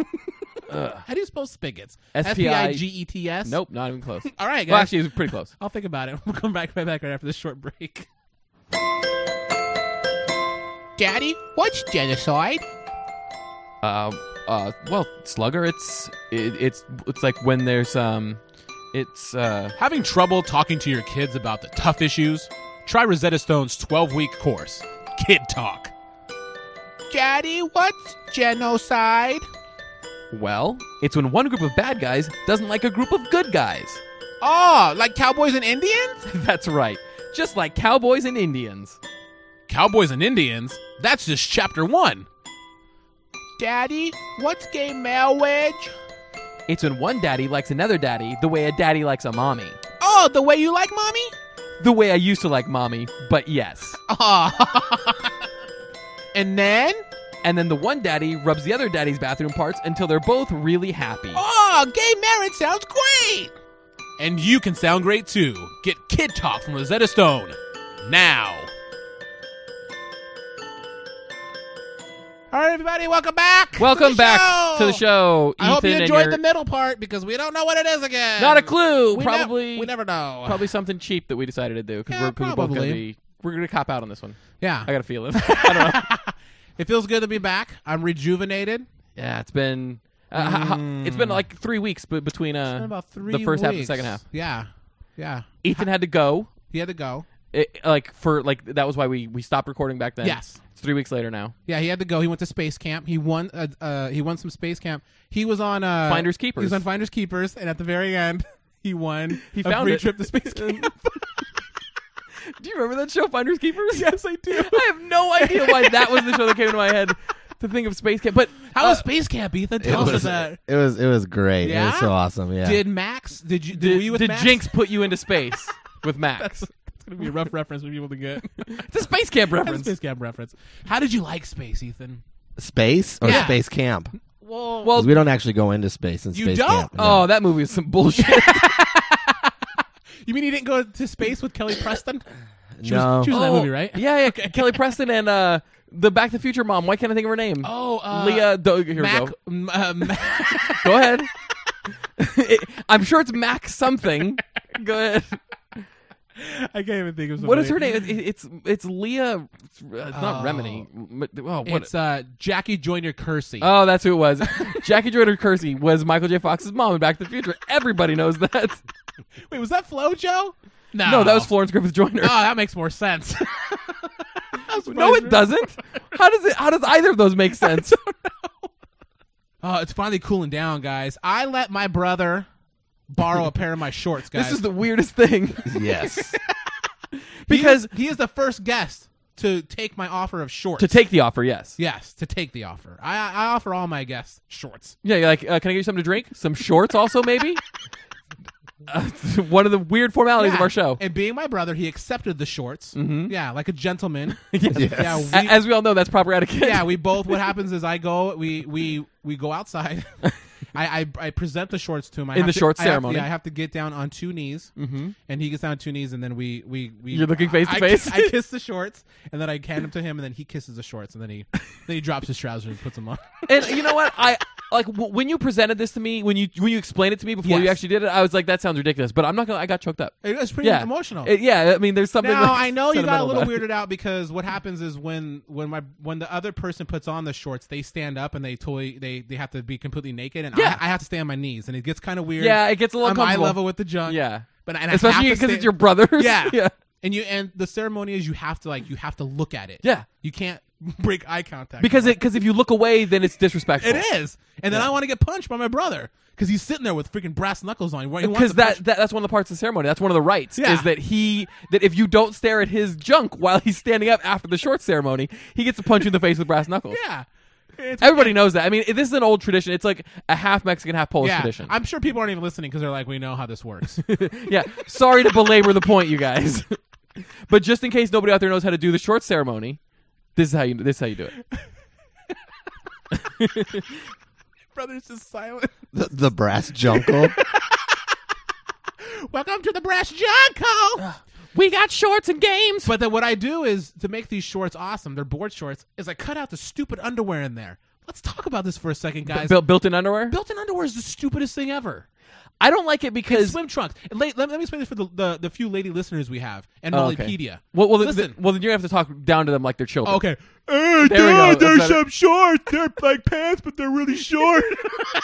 Ugh.
How do you spell spigots?
S P I-
S-P-I-G-E-T-S?
Nope, not even close.
E All right, guys.
Well, actually, it was pretty close.
I'll think about it. We'll come back right back right after this short break. Daddy, what's genocide?
Uh, uh, well, slugger. It's it, it's it's like when there's um, it's uh,
Having trouble talking to your kids about the tough issues? Try Rosetta Stone's 12 week course, Kid Talk. Daddy, what's genocide?
well, it's when one group of bad guys doesn't like a group of good guys.
Oh, like cowboys and Indians?
That's right. Just like cowboys and Indians.
Cowboys and Indians? That's just chapter one. Daddy, what's gay marriage?
It's when one daddy likes another daddy the way a daddy likes a mommy.
Oh, the way you like mommy?
The way I used to like mommy, but yes.
Oh. and then?
And then the one daddy rubs the other daddy's bathroom parts until they're both really happy.
Oh, gay marriage sounds great! And you can sound great too. Get Kid Talk from Rosetta Stone now. All right, everybody, welcome back.
Welcome
to the
back
show.
to the show.
I hope you
Ethan, and
enjoyed
your-
the middle part because we don't know what it is again.
Not a clue.
We ne-
probably
we never know.
probably something cheap that we decided to do because
Yeah,
we're, 'cause we're both gonna
probably.
be we're gonna cop out on this one.
yeah.
I got a feeling. I don't know.
It feels good to be back. I'm rejuvenated.
Yeah, it's been uh, ho- ho- it's been like three weeks, but between uh
about three.
the first half and the
weeks.
second half,
Yeah, yeah.
Ethan had to go.
He had to go.
It, like for like that was why we we stopped recording back then.
Yes.
it's three weeks later now.
Yeah, he had to go. He went to space camp. He won. Uh, uh, he won some space camp. He was on uh,
Finders Keepers.
He was on Finders Keepers, and at the very end, he won.
He
a
found
free
it.
trip to space camp.
Do you remember that show, Finders Keepers? Yes, I do. I have no idea why that was the show that came to my head to think of space camp. But uh,
How was space camp, Ethan?
It
Tell us
was,
about.
it was it was great. It
Yeah?
was so awesome. Yeah.
Did Max? Did you? Did,
did,
were you with
did
Max?
Jinx put you into space with Max?
That's, that's gonna be a rough reference for people to get.
it's a space camp
That's a
reference.
space camp reference. How did you like space, Ethan?
space or
Yeah.
space camp?
Well,
Well,
'Cause we don't actually go into space in
You
space
don't?
camp. no.
Oh, that movie is some bullshit.
you mean he didn't go to space with Kelly Preston? She
No.
was, she was in that
Oh,
movie, right?
Yeah, yeah. Kelly Preston and uh, the Back to the Future mom. Why can't I think of her name?
Oh, uh,
Leah. Do- here we
Mac.
go.
m- uh, Mac-
Go ahead. It- I'm sure it's Mac something. Go ahead.
I can't even think of somebody.
What is her name? It- it- it's it's Leah. uh, It's not Remini. M- Oh, what?
It's uh, Jackie Joyner Kersey.
oh, that's who it was. Jackie Joyner Kersey was Michael J. Fox's mom in Back to the Future. Everybody knows that.
Wait, was that Oh, FloJo? No,
Oh. No, that was Florence Griffith Joyner.
Oh, that makes more sense.
no, it doesn't. How does it? How does either of those make sense?
Oh, it's finally cooling down, guys. I let my brother borrow a pair of my shorts, guys.
This is the weirdest thing
yes.
because
he is the first guest to take my offer of shorts.
to take the offer, yes,
yes, to take the offer. I I offer all my guests shorts.
yeah. You're like, uh, can I get you something to drink? Some shorts, also maybe. Uh, one of the weird formalities of
Yeah.
our show. Mm-hmm.
And being my brother, he accepted the shorts. Yeah, like a gentleman. Yeah,
A-
we,
As we all know, that's proper etiquette.
yeah, we both. What happens is I go, we we we go outside. I, I I present the shorts to him. I
In
have
the
to-
shorts
I have to-
ceremony.
yeah, I have to get down on two knees, mm-hmm. and he gets down on two knees, and then we we, we
You're looking face to
I- I
face?
ki- I kiss the shorts, and then I hand them to him, and then he kisses the shorts, and then he then he drops his trousers and puts them on.
And you know what? I like w- when you presented this to me, when you when you explained it to me before you
Yes.
actually did it. I was like, that sounds ridiculous, but I'm not gonna. I got choked up.
It was pretty
Yeah,
emotional.
It- yeah, I mean, there's something.
now
that's
I know you got a
sentimental
little
about it.
weirded out because what happens is when when my when the other person puts on the shorts, they stand up and they toy they they have to be completely naked, and
Yeah.
I, I have to stay on my knees, and it gets kind of weird.
Yeah, it gets a little
I'm eye
uncomfortable.
level with the junk.
Yeah.
but and I
especially
have to
because
stay-
it's your brother's.
Yeah.
yeah.
And you and the ceremony is you have to like you have to look at it.
Yeah.
you can't break eye contact
Because it because if you look away, then it's disrespectful.
it is. And then I want to get punched by my brother because he's sitting there with freaking brass knuckles on.
Because that, that that's one of the parts of the ceremony. That's one of the rights.
Yeah.
Is that he that if you don't stare at his junk while he's standing up after the short ceremony, he gets to punch you in the face with brass knuckles.
yeah. It's-
Everybody knows that. I mean, this is an old tradition. It's like a half Mexican, half Polish
yeah,
tradition.
I'm sure people aren't even listening because they're like, we know how this works.
yeah. Sorry to belabor the point, you guys. but just in case nobody out there knows how to do the short ceremony, this is how you this is how you do it.
Brother's just silent.
The, the brass jungle.
Welcome to the brass jungle.
Ah. We got shorts and games.
but then what I do is to make these shorts awesome. They're board shorts. Is I cut out the stupid underwear in there. Let's talk about this for a second, guys.
Built built in underwear.
Built-in underwear is the stupidest thing ever.
I don't like it because
swim trunks. And la- let, let me explain this for the, the, the few lady listeners we have and
Oh,
Mollypedia.
okay. Well, well, th-
listen.
th- well, then you're gonna have to talk down to them like they're children.
okay.
There we
Uh,
go. That's
There's
better.
some shorts. They're like pants, but they're really short.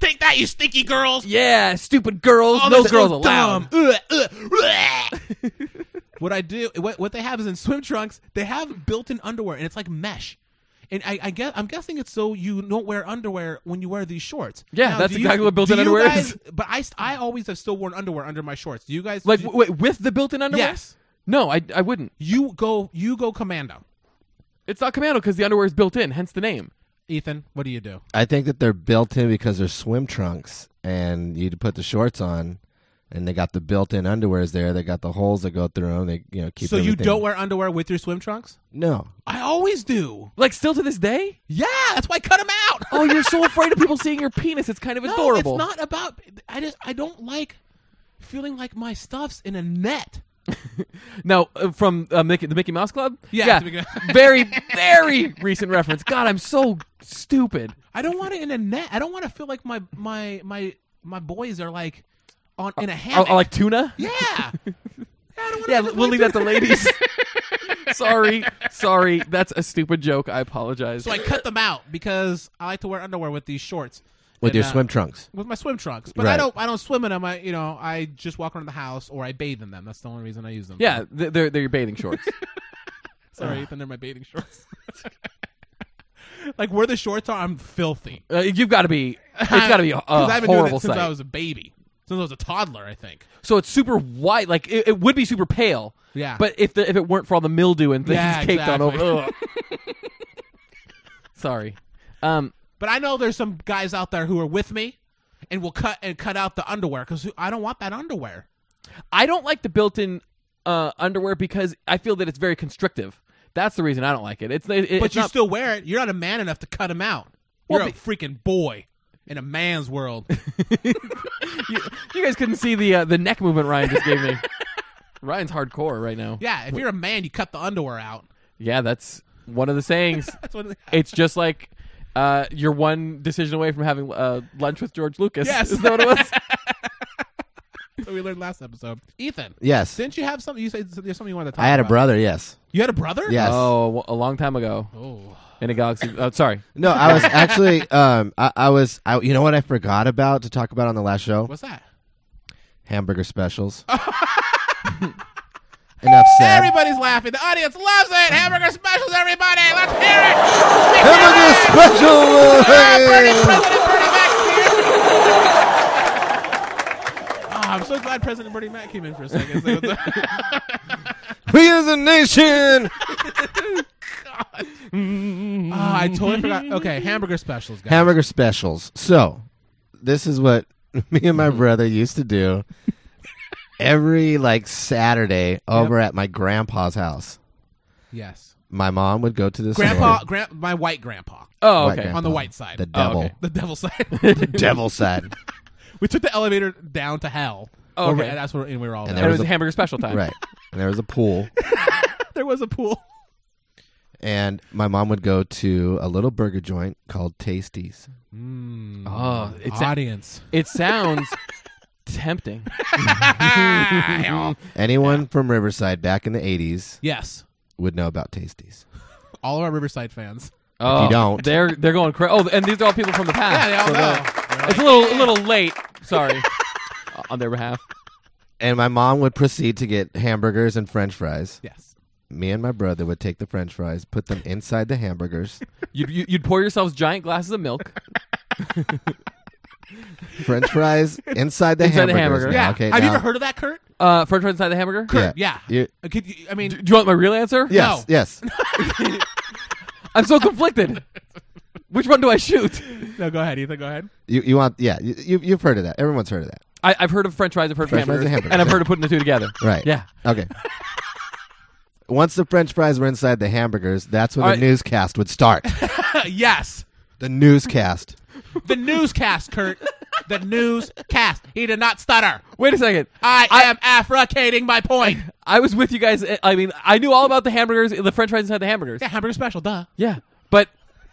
Take that, you stinky girls.
Yeah, stupid girls.
Oh,
no
that's
girls
so
allowed.
dumb. Ugh, ugh, bleh. what I do, what, what they have is in swim trunks, they have built-in underwear, and it's like mesh. And I, I guess I'm guessing it's so you don't wear underwear when you wear these shorts.
Yeah, that's
do
exactly what built-in
do you
underwear
guys-
is.
But I, s- I always have still worn underwear under my shorts. Do you guys
Like,
do-
w- wait, with the built-in underwear?
Yes.
No, I, I wouldn't.
you go you go commando.
It's not commando because the underwear is built in, hence the name.
Ethan, what do you do?
I think that they're built in because they're swim trunks, and you put the shorts on, and they got the built-in underwears there. They got the holes that go through them. They you know keep.
so you
everything-
don't wear underwear with your swim trunks?
No.
I always do.
Like, still to this day?
Yeah, that's why I cut them out.
Oh, you're so afraid of people seeing your penis. It's kind of adorable.
No, it's not about. I just I don't like feeling like my stuff's in a net.
Now, uh, from uh, Mickey, the Mickey Mouse Club?
Yeah, the Mickey Mouse-
very, very recent reference. God, I'm so stupid.
I don't want it in a net. I don't want to feel like my my my my boys are like on in a
I,
hammock.
I Oh, like tuna?
yeah. yeah, I don't want
Yeah, we'll leave that to ladies. sorry, sorry. That's a stupid joke. I apologize.
So I cut them out because I like to wear underwear with these shorts.
With
And,
your
uh,
swim trunks.
with my swim trunks, but I
Right.
don't. I don't swim in them. I, you know, I just walk around the house or I bathe in them. That's the only reason I use them.
yeah, th- they're, they're your bathing shorts.
sorry, Ethan, they're my bathing shorts. like where the shorts are, I'm filthy.
Uh, you've got to be. It's got to be a, a
Because I've been doing
horrible
it since
sight.
I was a baby. Since I was a toddler, I think.
so it's super white. Like it, it would be super pale.
Yeah.
But if the, if it weren't for all the mildew and things
Yeah,
caked on
exactly.
over. Ugh. Sorry. Um.
But I know there's some guys out there who are with me, and will cut and cut out the underwear because I don't want that underwear.
I don't like the built-in uh, underwear because I feel that it's very constrictive. That's the reason I don't like it. It's it,
But
it's
you
not-
still wear it. You're not a man enough to cut them out. You're
Well,
a
be-
freaking boy in a man's world.
you, you guys couldn't see the uh, the neck movement Ryan just gave me. Ryan's hardcore right now.
yeah, if you're a man, you cut the underwear out.
Yeah, that's one of the sayings.
That's what.
it's just like uh, you're one decision away from having uh, lunch with George Lucas.
Yes.
is that what it was?
That's what we learned last episode. Ethan,
Yes.
didn't you have something? You said there's something you wanted to talk.
I had a
about.
brother. Yes.
You had a brother?
Yes.
Oh, well, a long time ago
Oh.
in a galaxy. Oh, sorry.
No, I was actually. Um, I, I was. I, you know what I forgot about to talk about on the last show?
What's that?
Hamburger specials. Enough said.
Everybody's laughing. The audience loves it. Hamburger specials, everybody. Let's hear it. We
Hamburger
did it.
special.
Ah, Bernie,
Hey.
President Bernie Mac. Ah, I'm so glad President Bernie Mac came in for a second. So
We as a nation.
Ah, I totally forgot. Okay, hamburger specials, guys.
Hamburger specials. So, this is what me and my brother used to do every like Saturday over at my grandpa's house.
yes.
My mom would go to this
Grandpa, gran- my white grandpa.
Oh,
White
okay.
guy.
on the white side.
the devil.
okay.
The devil side.
devil side.
we took the elevator down to hell.
Oh, okay.
Where- that's where and we were all. at.
And
And
there
it
was
was
a-
hamburger special time.
right. And there was a pool
there was a pool.
and my mom would go to a little burger joint called Tasties.
Oh, it's
audience.
it sounds tempting.
Anyone from Riverside back in the 80s
yes,
would know about Tasties.
all of our Riverside fans.
Oh,
don't.
they're they're going crazy. Oh, and these are all people from the past.
Yeah, they all
so they're-
know.
It's a little a little late. Sorry, on their behalf.
And my mom would proceed to get hamburgers and french fries.
Yes.
Me and my brother would take the french fries, put them inside the hamburgers.
You'd you- you'd pour yourselves giant glasses of milk.
French fries inside
Inside
the
the
hamburgers.
hamburger.
now,
Yeah.
Okay.
Have you
now-
ever heard of that, Kurt?
Uh, French fries inside the hamburger.
Kurt, yeah.
Yeah. You-
Uh, could you- I mean,
Do you want my real answer?
Yes.
No.
Yes.
I'm so conflicted. Which one do I shoot?
no. Go ahead, Ethan. Go ahead.
You you want yeah. You you- you've heard of that. Everyone's heard of that.
I, I've heard of French fries. I've heard
French
of
fries
hamburgers,
and hamburgers,
I've
yeah.
heard of putting the two together.
Right.
Yeah.
Okay. Once the French fries were inside the hamburgers, that's when
All
the
right.
newscast would start.
Uh,
yes.
the newscast.
The newscast, Kurt. The newscast. He did not stutter.
Wait a second.
I, am affricating my point.
I was with you guys. eh, I mean, I knew all about the hamburgers, the French fries inside the hamburgers.
Yeah, hamburger special, duh.
Yeah, but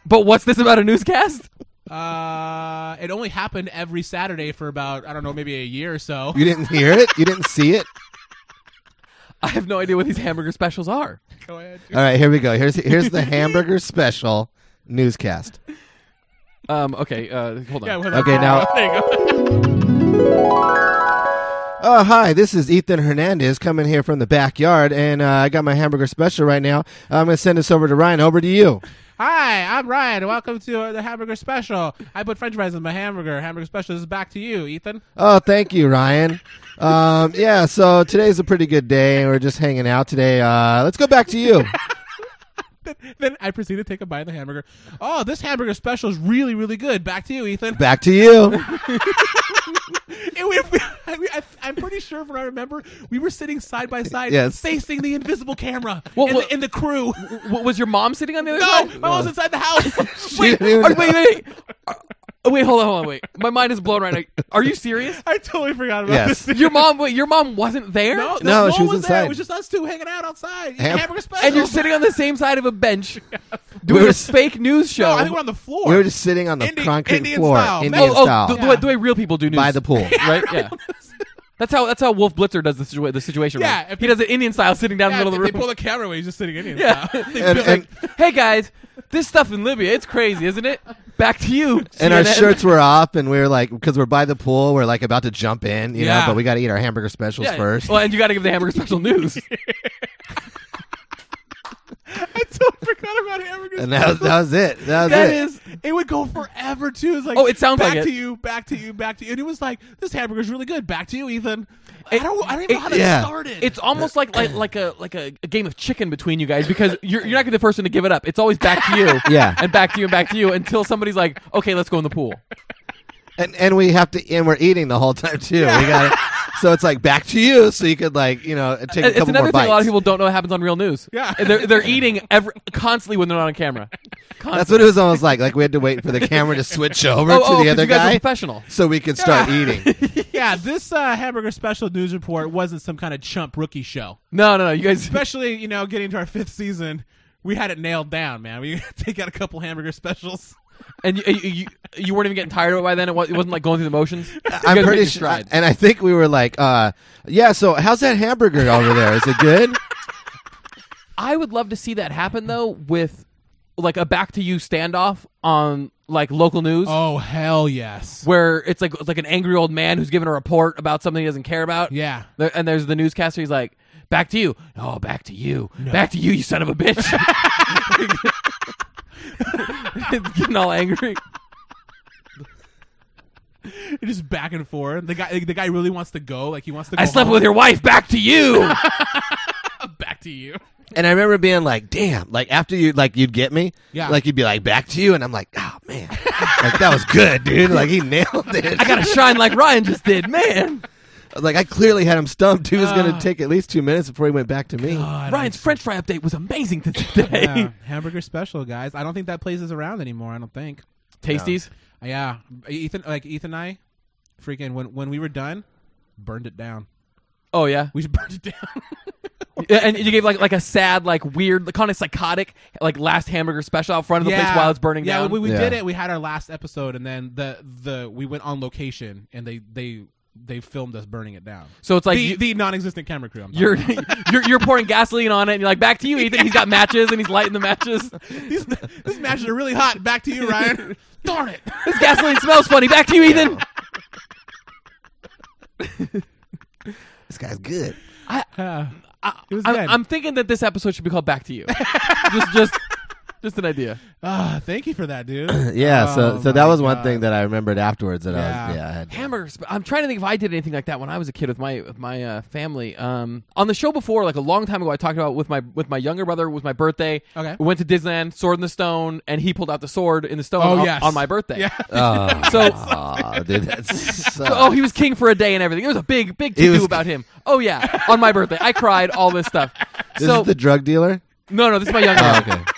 but what's this about a newscast?
Uh, it only happened every Saturday for about I don't know, maybe a year or so.
You didn't hear it. You didn't see it.
I have no idea what these hamburger specials are.
Go ahead.
All right. Here we go. Here's here's the hamburger special newscast.
Um, okay, uh, hold on.
Yeah, well,
Okay. Now.
there you go.
Oh, hi. This is Ethan Hernandez coming here from the backyard, and uh, I got my hamburger special right now. I'm going to send this over to Ryan. Over to you.
Hi, I'm Ryan. Welcome to uh, the hamburger special. I put French fries in my hamburger. Hamburger special. This is back to you, Ethan.
Oh, thank you, Ryan. Um, yeah, so today's a pretty good day, and we're just hanging out today. Uh, let's go back to you.
Then I proceeded to take a bite of the hamburger. Oh, this hamburger special is really, really good. Back to you, Ethan.
Back to you.
And we, we- I, mean, I, I'm pretty sure, from what I remember, we were sitting side by side,
Yes.
facing the invisible camera
Well,
and,
well-
the, and the crew.
W- was your mom sitting on the other
No,
side?
my mom's inside the house. Wait,
didn't even
Wait, wait, wait. Uh, wait, hold on, hold on, wait. My mind is blown right now. Are you serious?
I totally forgot about
Yes.
this.
Your mom, wait, your mom wasn't there,
No,
No,
no,
she
one
was
there. It
inside.
was just us two hanging out outside. eating
Ham-
hamburger special.
and you're sitting on the same side of a bench doing
We're
a
s-
fake news show.
No, I think we're on the floor.
We were just sitting on the
Indian-
concrete
Indian
floor,
style.
Indian
oh, oh,
style,
The, the way- the way real people do news
by the pool.
right? Yeah. That's how that's how Wolf Blitzer does the, situa- the situation.
Yeah,
room.
if
he does it Indian style, sitting down in
yeah,
the
they,
middle of
they
the
pull
room.
the camera away. He's just sitting in here.
Yeah.
They
And-
feel
and-
like,
hey guys, this stuff in Libya, it's crazy, isn't it? Back to you.
And our
CNN.
shirts were off, and we were like, because we're by the pool, we're like about to jump in, you
Yeah.
know, but we got to eat our hamburger specials
Yeah.
first.
Well, and you got to give the hamburger special news.
I totally forgot about hamburgers.
And that was, that was it. That was
That
it.
is.
it would go forever too. It's like
Oh, it sounds
back
like
to
it.
you, back to you, back to you. And it was like this hamburger's really good. Back to you, Ethan.
It-
I don't, I don't even know how that
yeah.
started.
It's almost like like like a like a, a game of chicken between you guys because you're you're not gonna be the person to give it up. It's always back to you,
Yeah.
and back to you and back to you until somebody's like, okay, let's go in the pool.
And, and we have to, and we're eating the whole time, too. We got it. So it's like back to you, so you could, like, you know, take a
Uh, It's
couple
another
more
thing
bites.
a lot of people don't know happens on real news.
Yeah.
they're they're eating every constantly when they're not on camera. Constantly.
That's what it was almost like. Like we had to wait for the camera to switch over
Oh,
to
oh,
the
'cause
other
you guys are
guy,
professional.
so we could start eating.
yeah, this uh, hamburger special news report wasn't some kind of chump rookie show.
No, no, no. You guys.
Especially you know getting to our fifth season, we had it nailed down, man. We take out a couple hamburger specials.
And you, you, you, you weren't even getting tired of it by then. It, wa- it wasn't like going through the motions. You guys
I'm
were
pretty
hitting
sure,
stride.
and I think we were like, uh, "Yeah, so how's that hamburger over there? Is it good?"
I would love to see that happen though, with like a back to you standoff on like local news,
Oh hell yes.
where it's like it's like an angry old man who's giving a report about something he doesn't care about.
Yeah.
There- and there's the newscaster. He's like, Back to you. Oh, back to you. Back to you, you son of a bitch. Getting all angry.
just back and forth. The guy, the guy really wants to go. Like he wants to. Go
I slept with your wife. Back to you.
with. Back to you.
And I remember being like, damn, like after you, like you'd get me,
Yeah.
like you'd be like, back to you. And I'm like, oh man, like that was good, dude. Like he nailed it.
I gotta shine like Ryan just did, man.
like I clearly had him stumped. He was going to take at least two minutes before he went back to me.
Ryan's French fry update was amazing t- today.
Yeah, hamburger special, guys. I don't think that place is around anymore. I don't think.
Tasties.
Uh, Yeah, Ethan, like Ethan, and I, freaking when when we were done, burned it down.
Oh yeah.
We just burned it down.
Yeah, and you gave like like a sad, like weird, kind of psychotic, like last hamburger special out front of the place while it's burning
yeah,
down.
we, we
Yeah.
did it. We had our last episode, and then the the we went on location, and they they they filmed us burning it down.
so it's like
the,
you,
the non-existent camera crew. I'm talking
you're,
about.
you're you're pouring gasoline on it, and you're like, "Back to you, Ethan." He's got matches, and he's lighting the matches.
These, these matches are really hot. Back to you, Ryan. Darn it.
This gasoline smells funny. Back to you, Ethan.
This guy's good.
it was
I'm,
good.
I'm thinking that this episode should be called "Back to You." just just just an idea.
Ah, thank you for that, dude.
Yeah.
Oh
so, so that
my
was one
God.
thing that I remembered afterwards that I
Yeah.
was, yeah, I had.
Hamburger. Sp- I'm trying to think if I did anything like that when I was a kid with my with my uh, family. Um, on the show before, like a long time ago, I talked about with my with my younger brother it was my birthday.
Okay.
we went to Disneyland, Sword in the Stone, and he pulled out the sword in the stone
Oh,
on,
yes.
on my birthday.
Yeah.
Oh,
So,
aw, dude, that's so,
oh, he was king for a day and everything. It was a big big to
It
do
was-
about him. Oh yeah, on my birthday, I cried. All this stuff.
this
so
is the drug dealer.
no, no, this is my younger.
Oh,
brother.
okay.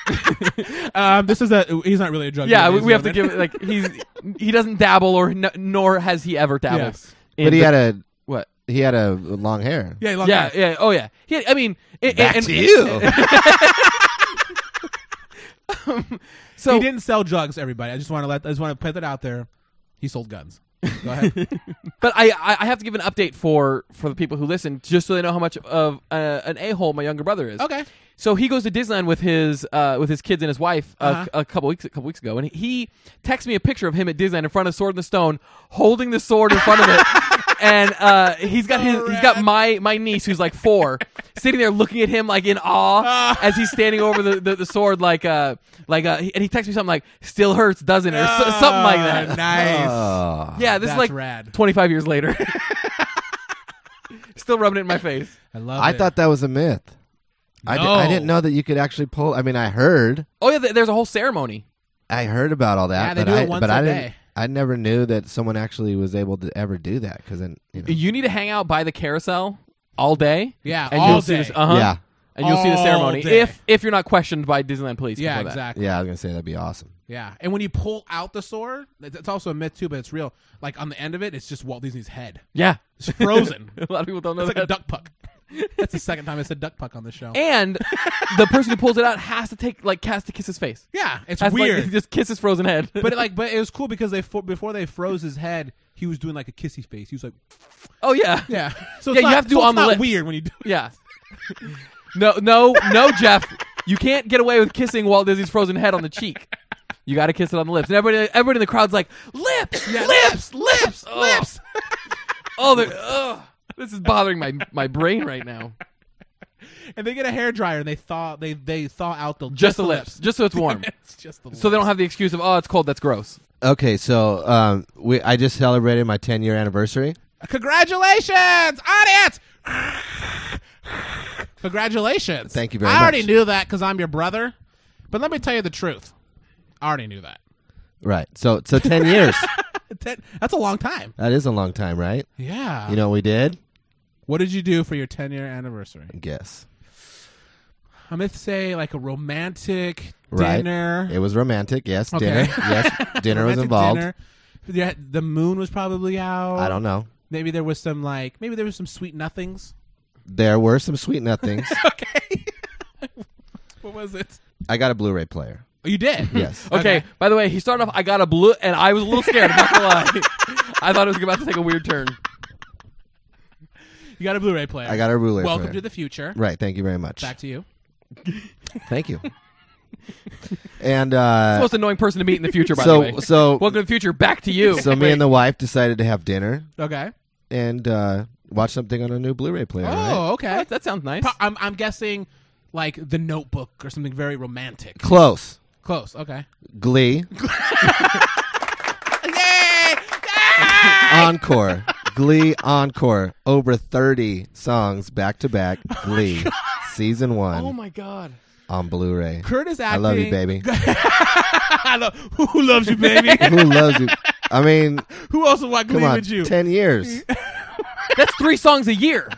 Um, this is a. He's not really a drug.
Yeah,
dealer,
we,
he's
we have to
not-
give like he's he doesn't dabble or n- nor has he ever dabbled.
Yes.
in
But he
the-
had a
what?
he had a long hair.
Yeah, long
Yeah,
hair.
yeah, oh yeah. He, I mean, it,
Back
and,
to you.
um, So
He didn't sell drugs. Everybody, I just want to let. I just want to put that out there. He sold guns. Go ahead.
But I, I I have to give an update for for the people who listen, just so they know how much of uh, an a hole my younger brother is.
Okay.
So he goes to Disneyland with his uh, with his kids and his wife uh,
Uh-huh.
a, couple weeks a couple weeks ago, and he texts me a picture of him at Disneyland in front of Sword in the Stone, holding the sword in front of it, and uh, he's got his he's got
rad.
my my niece who's like four sitting there looking at him like in awe as he's standing over the, the, the sword like uh like uh, he- and he texts me something like still hurts doesn't it or so- something like that.
Ah, Nice.
Oh.
Yeah, this is
That's
like
rad.
25 years later. Still rubbing it in my face.
I love.
I
it.
thought that was a myth. I, di- I
Oh, No.
didn't know that you could actually pull. I mean, I heard,
Oh yeah, th- there's a whole ceremony.
I heard about all that,
Yeah, they
but
do it
I,
once
but
a
I didn't.
day.
I never knew that someone actually was able to ever do that because then you know,
You need to hang out by the carousel all day.
Yeah,
and
all
you'll See
day.
this, uh-huh,
yeah,
and you'll see the
All
ceremony
day.
if if you're not questioned by Disneyland police.
Yeah,
before that.
exactly.
yeah. I was gonna say that'd be awesome.
Yeah, and when you pull out the sword, that- that's also a myth too, but it's real. Like on the end of it, it's just Walt Disney's head.
Yeah,
It's frozen.
a lot of people don't know
it's like
that.
a duck puck. That's the second time I said duck puck on the show.
and the person who pulls it out has to take like has to kiss his face.
yeah, it's
Has to, like,
weird.
just kiss his frozen head.
but like, but it was cool because they fo- before they froze his head, he was doing like a kissy face. He was like,
oh yeah,
yeah. So
Yeah,
it's
you
not-
have to do
so
it
it's
on the
not
lips.
Weird when you do. it.
Yeah. No, no, no, Jeff. You can't get away with kissing Walt Disney's frozen head on the cheek. You got to kiss it on the lips. And everybody, everybody in the crowd's like, lips, lips, lips, lips. Oh, they're, ugh. this is bothering my, my brain right now.
And they get a hair dryer and they thaw they they thaw out the just,
Just the lips, just so it's warm.
it's just the
So they don't
lips.
have the excuse of, oh, it's cold, that's gross.
Okay, so um, we I just celebrated my ten year anniversary.
Congratulations, audience! Congratulations.
Thank you very
I already
much.
knew that because I'm your brother, but let me tell you the truth. I already knew that.
Right. So so ten years.
That- That's a long time.
That is a long time, right?
Yeah.
You know what we did?
what did you do for your 10 year anniversary?
Guess.
I'm gonna say like a romantic
Right.
dinner.
It was romantic. Yes.
Okay.
Dinner. Yes. Dinner was
romantic
involved.
dinner. Yeah, The moon was probably out.
I don't know.
Maybe there was some like maybe there was some sweet nothings.
There were some sweet nothings.
Okay. what was it?
I got a Blu-ray player.
Oh, you did.
Yes.
Okay,
Okay.
by the way, he started off, I got a blue, and I was a little scared, I'm not going to lie. I thought it was about to take a weird turn.
You got a Blu-ray player.
I got a Blu-ray
Welcome
player.
to the future.
Right. Thank you very much.
Back to you.
Thank you. and uh,
Most annoying person to meet in the future, by the way.
so so
Welcome to the future, back to you.
so me and the wife decided to have dinner,
Okay.
and uh, watch something on a new Blu-ray player. right?
Oh, okay.
That, that sounds nice.
Pro- I'm, I'm guessing like The Notebook or something very romantic.
Close.
Close. Okay.
Glee. Encore. Glee Encore. Over 30 songs back to back. Glee. Season one
oh my god.
on Blu ray.
Curtis
I
acting.
love you, baby.
I love- who loves you, baby?
Who loves you? I mean,
who else would want to
come
leave
on.
with you?
10 years.
That's three songs a year.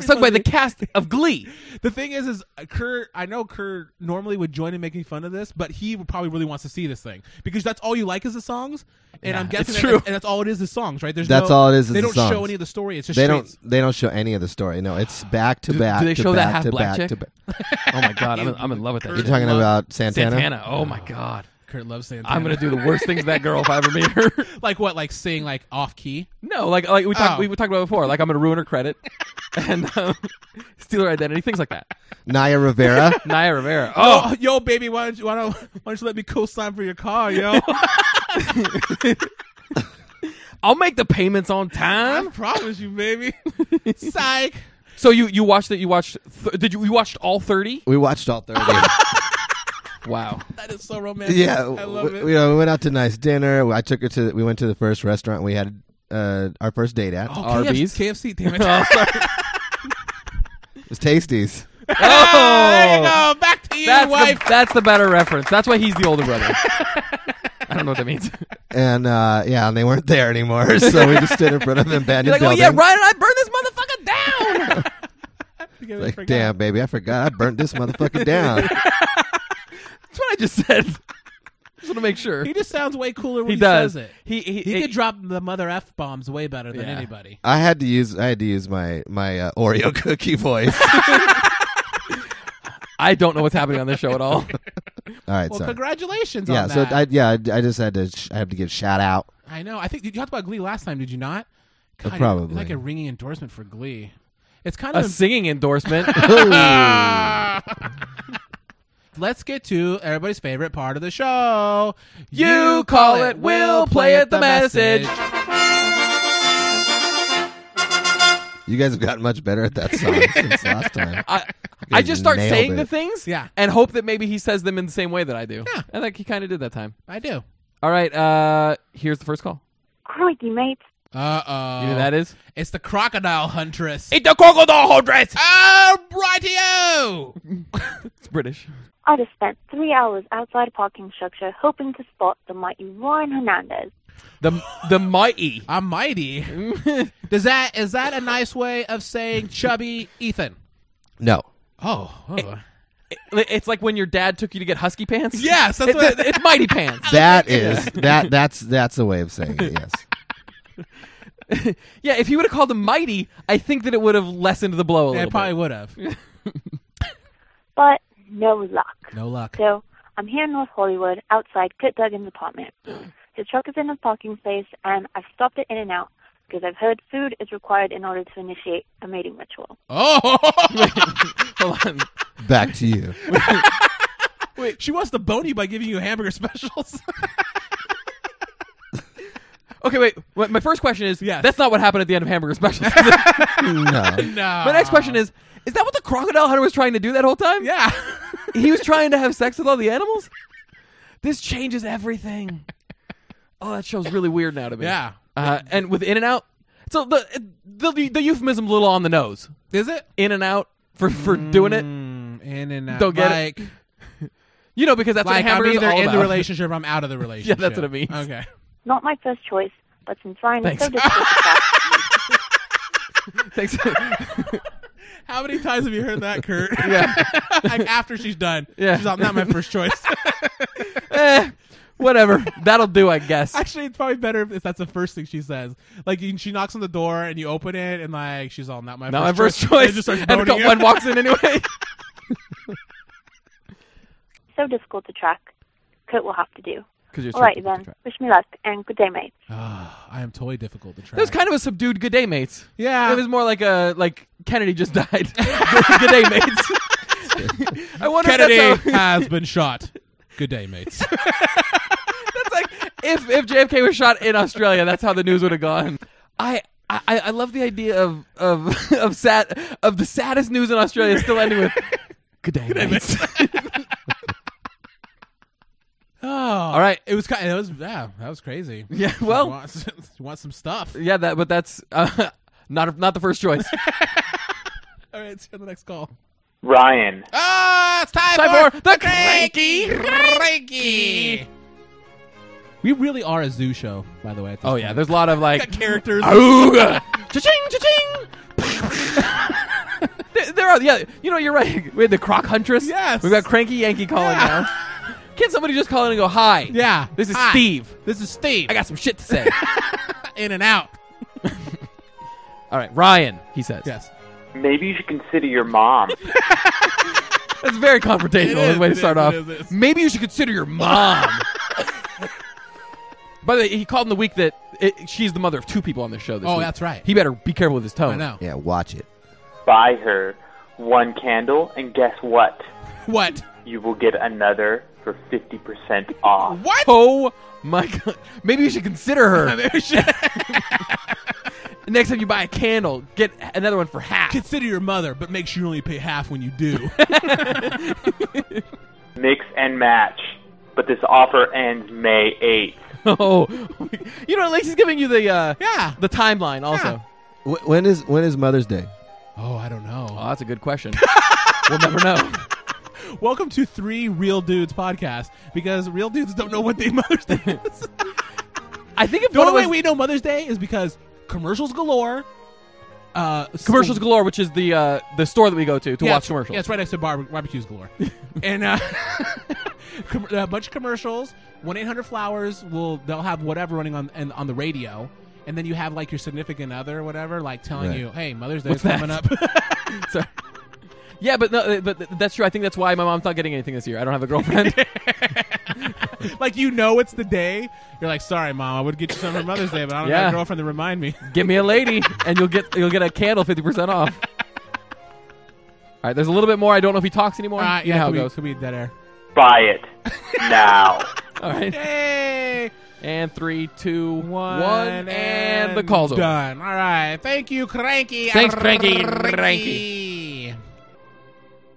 Sung by the cast of Glee.
The thing is, is Kerr. I know Kerr normally would join in making fun of this, but he would probably really wants to see this thing because that's all you like is the songs, and I'm guessing
it's
that-
true.
and that's all it is—the songs, right? There's
That's
no-
all it is, is
They
the
don't show
songs.
any of the story. It's just
They
straight-
don't. They don't show any of the story. No, it's back to
Do-
back.
do they
to
show that
back
half
to
black chick?
back to back.
Oh my god, I'm in, I'm in love with that.
You're
chick.
talking about Santana.
Santana. Oh my god.
Kurt loves Santana.
I'm gonna do the worst things to that girl if I ever meet her.
like what? Like sing like off key.
No, like like we talked
Oh.
we, we talked about before. Like I'm gonna ruin her credit and um, steal her identity, things like that.
Naya Rivera.
Naya Rivera. Oh,
Oh, yo, baby, why don't you why don't why don't you let me co-sign for your car, yo?
I'll make the payments on
I
time.
promise you, baby. Psych.
So you you watched it? You watched? Th- did you you watched all thirty?
we watched all 30.
Wow.
That is so romantic.
yeah,
I love
we,
it.
you know, we went out to nice dinner. I took her to. We went to the first restaurant we had uh, our first date at.
Oh,
Arby's.
KFC, damn it.
Oh, sorry.
It was Tasties.
there you
oh,
go. Back to you,
that's
wife.
the, that's the better reference. That's why he's the older brother. I don't know what that means.
and uh, yeah, and they weren't there anymore, so we just stood in front of an abandoned
You're like, oh
building.
yeah, Ryan and I burned this motherfucker down.
Together,
Like,
forgot.
damn, baby, I forgot. I burnt this motherfucker down.
that's what I just said. Just want to make sure
He just sounds way cooler when
He
he,
does.
says it.
He he,
He
it-
could drop the mother f bombs way better than
Yeah.
anybody.
I had to use. I had to use my my uh, Oreo cookie voice.
I don't know what's happening on this show at all.
All right,
Well,
sorry.
congratulations
Yeah,
on
so
that.
I yeah, I, I just had to. Sh- I have to give shout out.
I know. I think you talked about Glee last time, did you not? God,
probably.
Like a ringing endorsement for Glee. It's kind
Uh, A
of.
singing endorsement.
Let's get to everybody's favorite part of the show.
You call it, we'll play it the message.
You guys have gotten much better at that song since last time.
I, I just start
nailed
saying the
it.
things
Yeah.
and hope that maybe he says them in the same way that I do.
Yeah.
I think he kind of did that time.
I do.
All right, uh, here's the first call.
Crikey, mates.
Uh oh.
You know who that is?
It's the Crocodile Huntress. Oh,
It's the crocodile hundred.
Alrighty-o!
It's British.
I just spent three hours outside a parking structure hoping to spot the mighty Ryan Hernandez.
The the mighty.
I'm mighty. Does that is that a nice way of saying chubby Ethan?
No,
Oh, oh.
It's like when your dad took you to get husky pants.
Yes, that's
It-
what-
it's mighty pants.
that is that that's that's a way of saying it. Yes.
yeah, if you would have called him mighty, I think that it would have lessened the blow a
yeah, I
little.
probably
bit.
would have.
But no luck.
No luck.
So I'm here in North Hollywood outside Kurt Duggan's apartment. His truck is in his parking space, and I've stopped it in and out because I've heard food is required in order to initiate a mating ritual.
Oh,
Hold on.
Back to you.
wait. She wants to bone you by giving you hamburger specials.
Okay, wait. Wait, My first question is,
Yes.
that's not what happened at the end of Hamburger Specials.
No.
no.
My next question is, is that what the crocodile hunter was trying to do that whole time?
Yeah.
he was trying to have sex with all the animals. This changes everything. Oh, that show's really weird now to me.
Yeah.
Uh, and with In and Out, so the the the euphemism's a little on the nose.
Is it
In and Out for for doing it,
Mm, in and out?
Don't get
like,
it. you know, because that's what
Like I'm
hamburger's
either
all
in
about.
the relationship or I'm out of the relationship.
that's what it means.
Okay.
Not my first choice, but since Ryan is so
Thanks.
difficult to track,
Thanks.
How many times have you heard that, Kurt?
Yeah.
like after she's done,
Yeah.
she's like, not my first choice.
Eh, whatever. That'll do, I guess.
Actually, it's probably better if that's the first thing she says. Like you, she knocks on the door and you open it, and like she's all not my
Not my
first
first
And
choice.
just starts
and
boning you.
one walks in anyway.
so difficult to track, Kurt will have to do.
Because
All right then, wish me luck and good day, mates.
Ah, I am totally difficult to track.
It was kind of a subdued good day, mates.
Yeah.
It was more like a like Kennedy just died. good day, mates. I wonder if
Kennedy
that's, how,
has been shot. Good day, mates.
that's like if if JFK was shot in Australia, that's how the news would have gone. I I, I I love the idea of of of sad of the saddest news in Australia still ending with good day, mates.
Oh, all
right.
It was kind. It was yeah. That was crazy.
Yeah, well-
you want, you want some stuff.
yeah, that but that's uh, not not the first choice.
All right, let's hear the next call.
Ryan.
Ah, it's time,
Time
for,
for the
cranky, cranky. We really are a zoo show, by the way. at this
Oh yeah, there's a lot of like
point. characters.
Ooga! Cha-ching, cha-ching! there, there are, yeah, you know, you're right. We had the croc huntress.
Yes.
We've got Cranky Yankee calling
Yeah.
now. Can't somebody just call in and go, hi?
Yeah.
This is
Hi.
Steve.
This is Steve.
I got some shit to say.
in and out.
All right, Ryan, he says.
Yes.
Maybe you should consider your mom.
That's very confrontational
It is,
way to
it
start
is,
off.
it is, it is.
Maybe you should consider your mom. By the way, he called in the week that it, she's the mother of two people on this show this
Oh,
week.
that's right.
He better be careful with his tone.
I know.
Yeah, watch it.
Buy her one candle, and guess what?
What?
You will get another for 50% off.
What?
Oh my god. Maybe you should consider her.
Maybe we should-
Next time you buy a candle, get another one for half.
Consider your mother, but make sure you only pay half when you do.
Mix and match. But this offer ends May 8th.
Oh, you know, at least he's giving you the uh,
yeah.
the timeline. Also,
Wh- when is when is Mother's Day?
Oh, I don't
oh,
know.
that's a good question. we'll never know.
Welcome to Three Real Dudes podcast because real dudes don't know what they Mother's Day is.
I think if
The
one
only
of
way
us-
we know Mother's Day is because commercials galore. Uh, so-
commercials galore, which is the uh, the store that we go to to
Yeah,
watch
it's-
commercials.
Yeah, it's right next to barbe- barbecues galore, and uh, com- a bunch of commercials. One eight hundred flowers will they'll have whatever running on and on the radio, and then you have like your significant other or whatever, like telling
Right.
you, "Hey, Mother's
What's
Day's coming
that?
up."
Sorry. Yeah, but no, uh, but th- that's true. I think that's why my mom's not getting anything this year. I don't have a girlfriend.
like you know it's the day. You're like, "Sorry, mom, I would get you something for Mother's Day, but I don't
Yeah.
have a girlfriend to remind me."
Get me a lady, and you'll get you'll get a candle fifty percent off. All right, there's a little bit more. I don't know if he talks anymore.
All right,
you know
yeah,
how it
could be,
goes.
could be dead air.
Buy it now.
All right,
Hey.
and three, two, one,
One,
and, the call's over.
done. All right. Thank you, Cranky.
Thanks, Cranky.
Cranky.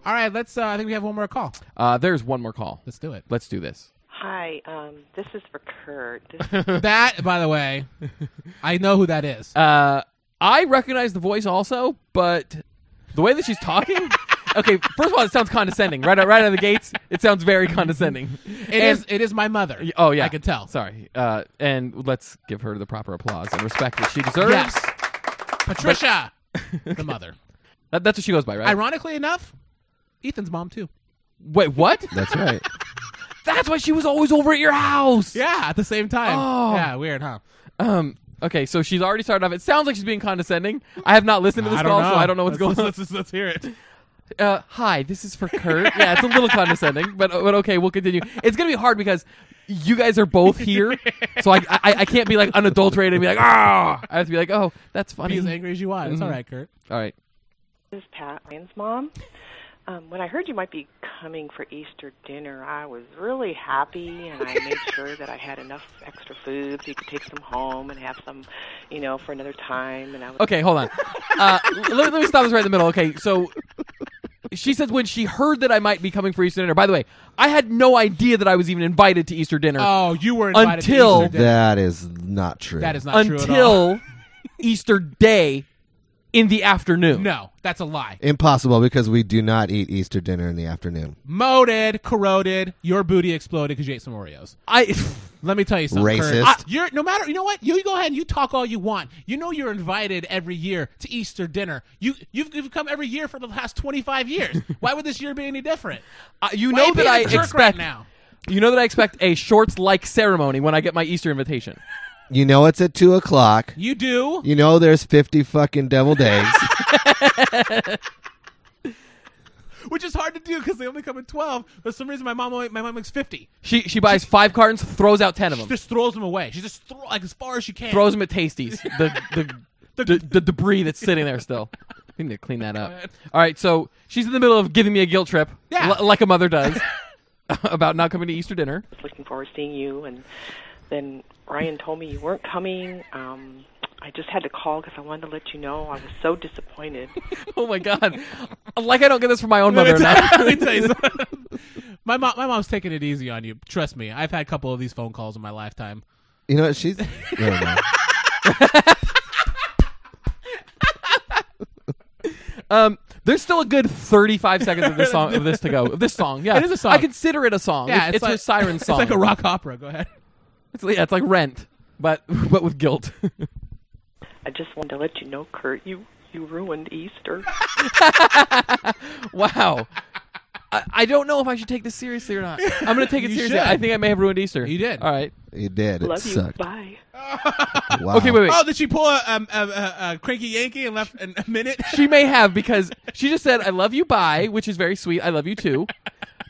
All right. Let's. Uh, I think we have one more call.
Uh, there's one more call.
Let's do it.
Let's do this.
Hi, um, this is for Kurt. This is,
that, by the way, I know who that is.
Uh, I recognize the voice also, but the way that she's talking. okay, first of all, it sounds condescending. Right, out- right out of the gates, it sounds very condescending.
It is. It is my mother.
Oh yeah,
I can tell.
Sorry. Uh, and let's give her the proper applause and respect that she deserves.
Yes. Patricia, the mother.
That- that's what she goes by, right?
Ironically enough, Ethan's mom too.
Wait, what?
That's right.
that's why she was always over at your house.
Yeah. At the same time.
Oh.
Yeah. Weird, huh?
Um. Okay, so she's already started off. It sounds like she's being condescending. I have not listened to this call, so I don't know what's
Let's-
going on.
Let's, let's, let's hear it.
uh, hi, this is for Kurt. Yeah, it's a little condescending, but but okay, we'll continue. It's gonna be hard because you guys are both here, so I I, I can't be like unadulterated and be like ah. I have to be like oh, that's
Be
funny.
as angry as you
Mm-hmm.
want. It's all right, Kurt.
All right.
this is Pat, Ryan's mom. Um, when I heard you might be coming for Easter dinner, I was really happy, and I made sure that I had enough extra food so you could take some home and have some, you know, for another time. And I was
Okay, hold on. Uh, let, let me stop this right in the middle. Okay, so she says when she heard that I might be coming for Easter dinner. By the way, I had no idea that I was even invited to Easter dinner
Oh, you were invited to
Until-
Easter dinner.
that is not true.
that is not true at all.
until Easter day in the afternoon.
No, that's a lie.
impossible because we do not eat Easter dinner in the afternoon.
Molded, corroded, your booty exploded because you ate some Oreos.
I
Let me tell you something. Kurt.
Racist.
I- you're no matter. You know what? You go ahead and you talk all you want. You know you're invited every year to Easter dinner. You you've, you've come every year for the last 25 years. Why would this year be any different?
I- you
Why are
know
you
that
being
I
a jerk
expect
right now.
You know that I expect a shorts-like ceremony when I get my Easter invitation.
You know it's at two o'clock.
You do.
You know there's fifty fucking deviled eggs.
which is hard to do because they only come in 12. But for some reason, my mom only, my mom makes 50.
She she buys five cartons, throws out ten of
She
them,
just throws them away. She just throw like as far as she can.
throws them at Tasties. The the, the, the debris that's sitting there still. We need to clean that up. All right, so she's in the middle of giving me a guilt trip,
Yeah.
li- like a mother does, about not coming to Easter dinner.
looking forward to seeing you, and then Ryan told me you weren't coming. Um, I just had to call because I wanted to let you know I was so disappointed.
Oh my god! Like I don't get this from my own mother.
Let me
Now.
tell you something. My mom, my mom's taking it easy on you. Trust me, I've had a couple of these phone calls in my lifetime.
You know what? She's. Never mind.
Um, there's still a good 35 seconds of this song of this to go. Of this song, yeah,
It is a song.
I consider it a song.
Yeah,
it's,
it's
it's her
like-
siren
It's
song.
like a rock opera. Go ahead.
It's, yeah, it's like Rent, but but with guilt.
I just wanted to let you know, Kurt, you you ruined Easter.
wow. I, I don't know if I should take this seriously or not. I'm gonna take it
You
seriously.
should.
I think I may have ruined Easter.
You did.
All right.
You did. It
Love you.
sucked.
Bye.
Wow.
Okay. Wait. Wait.
Oh, did she pull a, um, a, a, a cranky Yankee and left an, a minute?
she may have because she just said "I love you." Bye, which is very sweet. I love you too.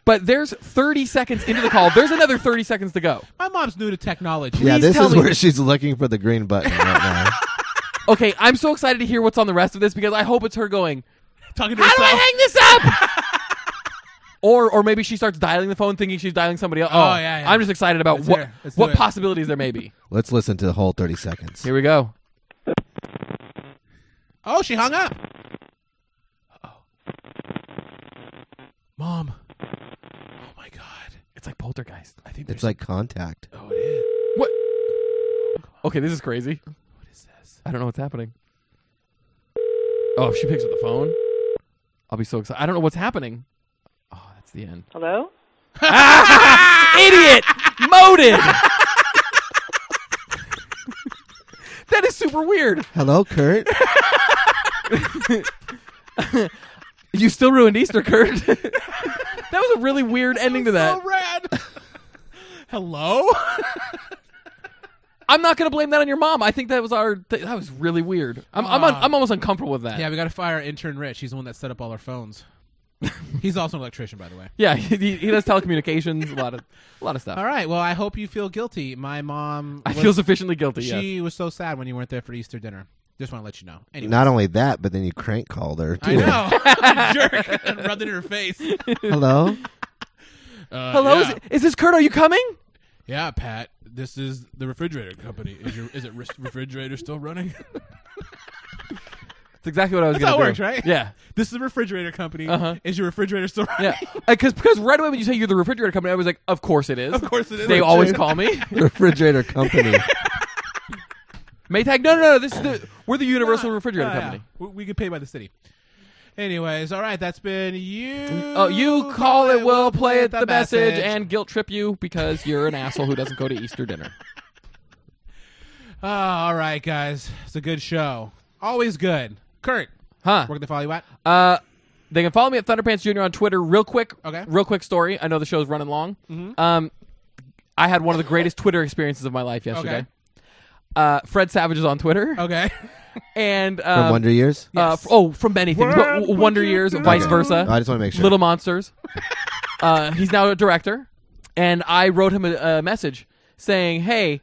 But there's 30 seconds into the call. There's another 30 seconds to go.
My mom's new to technology.
Yeah,
please
this
tell
is
me-
where she's looking for the green button right now.
Okay, I'm so excited to hear what's on the rest of this because I hope it's her going.
Talking to
How do
herself.
I hang this up? or or maybe she starts dialing the phone thinking she's dialing somebody else.
Oh, yeah, yeah.
I'm just excited about
Let's
what
hear it. Let's do
what
it.
possibilities there may be.
Let's listen to the whole 30 seconds.
Here we go.
Oh, she hung up. Mom. Oh my god.
It's like poltergeist. I think
It's like contact.
Oh, it is.
what Okay, this is crazy. What is this? I don't know what's happening. Oh, if she picks up the phone, I'll be so excited. I don't know what's happening. Oh, that's the end.
Hello?
Idiot! Moted! that is super weird.
Hello, Kurt.
You still ruined Easter, Kurt. that was a really weird ending to that.
So rad. Hello.
I'm not going to blame that on your mom. I think that was our. Th- that was really weird. I'm I'm, un-
Ah.
I'm almost uncomfortable with that.
yeah, we gotta fire intern Rich. He's the one that set up all our phones. He's also an electrician, by the way.
yeah. He, he does telecommunications, a lot of a lot of stuff.
All right. Well, I hope you feel guilty. My mom.
I
was-
feel sufficiently guilty. yes.
She was so sad when you weren't there for Easter dinner. Just want to let you know. Anyway.
Not only that, but then you crank called her.
I
too.
know. Jerk. And rubbed it in her face.
Hello?
Uh,
Hello,
Yeah.
is, is this Kurt? Are you coming?
Yeah, Pat. This is the refrigerator company. Is your is it res- refrigerator still running?
That's exactly what I was
That's how
going
it
to
works, right?
Yeah,
This is the refrigerator company.
Uh-huh.
Is your refrigerator still running?
yeah. Because because right away when you say you're the refrigerator company, I was like, of course it is.
Of course it is.
They
Like,
always
dude.
call me
Refrigerator
Uh,
company.
Maytag. No, no, no. This is the we're the Universal
Oh,
Refrigerator
yeah.
Company.
We, we get paid by the city. Anyways, all right. That's been you.
Oh, you call it, we'll play it, the message, and guilt trip you because you're an asshole who doesn't go to Easter dinner.
Oh, all right, guys. It's a good show. Always good. Kurt,
Huh?
where can they follow you at?
Uh, they can follow me at Thunderpants Junior on Twitter. Real quick,
Okay.
Real quick story. I know the show's running long. Um, I had one of the greatest Twitter experiences of my life yesterday.
Okay.
Uh, Fred Savage is on Twitter,
Okay.
and
From
um,
Wonder Years?
uh, f- oh, from many things, but W- Wonder Years, vice
Okay.
versa,
I just want to make sure.
Little Monsters. uh, he's now a director, and I wrote him a, a message saying, "Hey,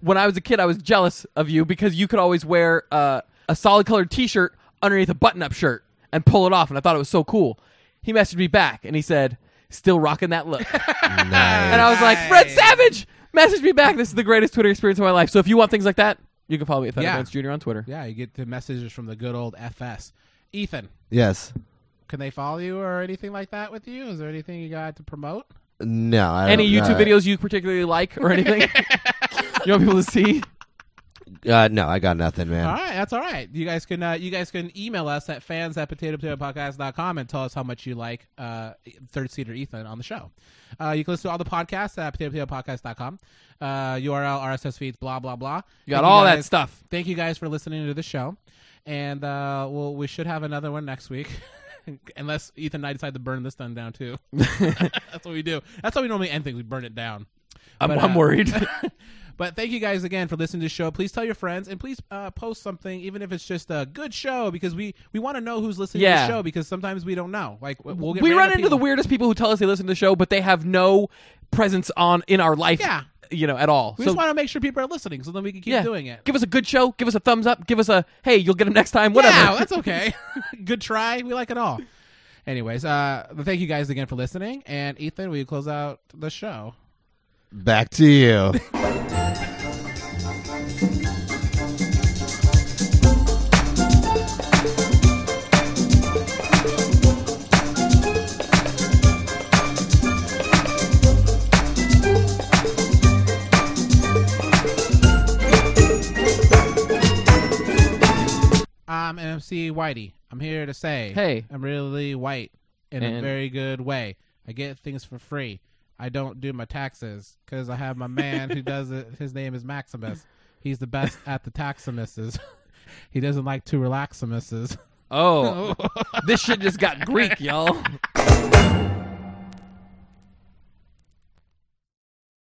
when I was a kid, I was jealous of you because you could always wear uh, a solid colored T-shirt underneath a button-up shirt and pull it off, and I thought it was so cool." He messaged me back, and he said, "Still rocking that look." And I was like, Fred Savage, message me back. This is the greatest Twitter experience of my life. So if you want things like that, you can follow me at
Yeah.
Thunderpants Junior on Twitter.
yeah, you get the messages from the good old FS. Ethan,
yes.
can they follow you or anything like that with you? Is there anything you got to promote?
No. I
Any
don't-
YouTube
uh,
videos you particularly like or anything you want people to see?
Uh, no, I got nothing, man.
All right, that's all right. You guys can uh, you guys can email us at fans at potato potato podcast.com and tell us how much you like uh, third seater Ethan on the show. Uh, you can listen to all the podcasts at potato potato podcast.com. Uh, URL, RSS feeds, blah blah blah.
You got
Thank
all that
guys-
stuff.
Thank you guys for listening to the show, and uh, well, we should have another one next week. Unless Ethan and I decide to burn this done down too, that's what we do. That's how we normally end things. We burn it down.
I'm,
But,
I'm
uh,
worried.
But thank you guys again for listening to the show. Please tell your friends and please uh, post something, even if it's just a good show, because we, we want to know who's listening
Yeah.
to the show because sometimes we don't know. Like w- we'll get
we run
random
into the
people.
weirdest people who tell us they listen to the show, but they have no presence on in our life.
Yeah.
You know, at all.
We
so
just want to make sure people are listening, so then we can keep
yeah,
doing it.
Give us a good show. Give us a thumbs up. Give us a hey, you'll get them next time. Whatever.
Yeah, that's okay. good try. We like it all. Anyways, uh, thank you guys again for listening. And Ethan, will you close out the show?
Back to you.
MC Whitey. I'm here to say,
Hey.
I'm really white in a
And-
very good way. I get things for free. I don't do my taxes because I have my man who does it. His name is Maximus. He's the best at the taximuses. he doesn't like to relaximuses.
Oh, this shit just got Greek, y'all.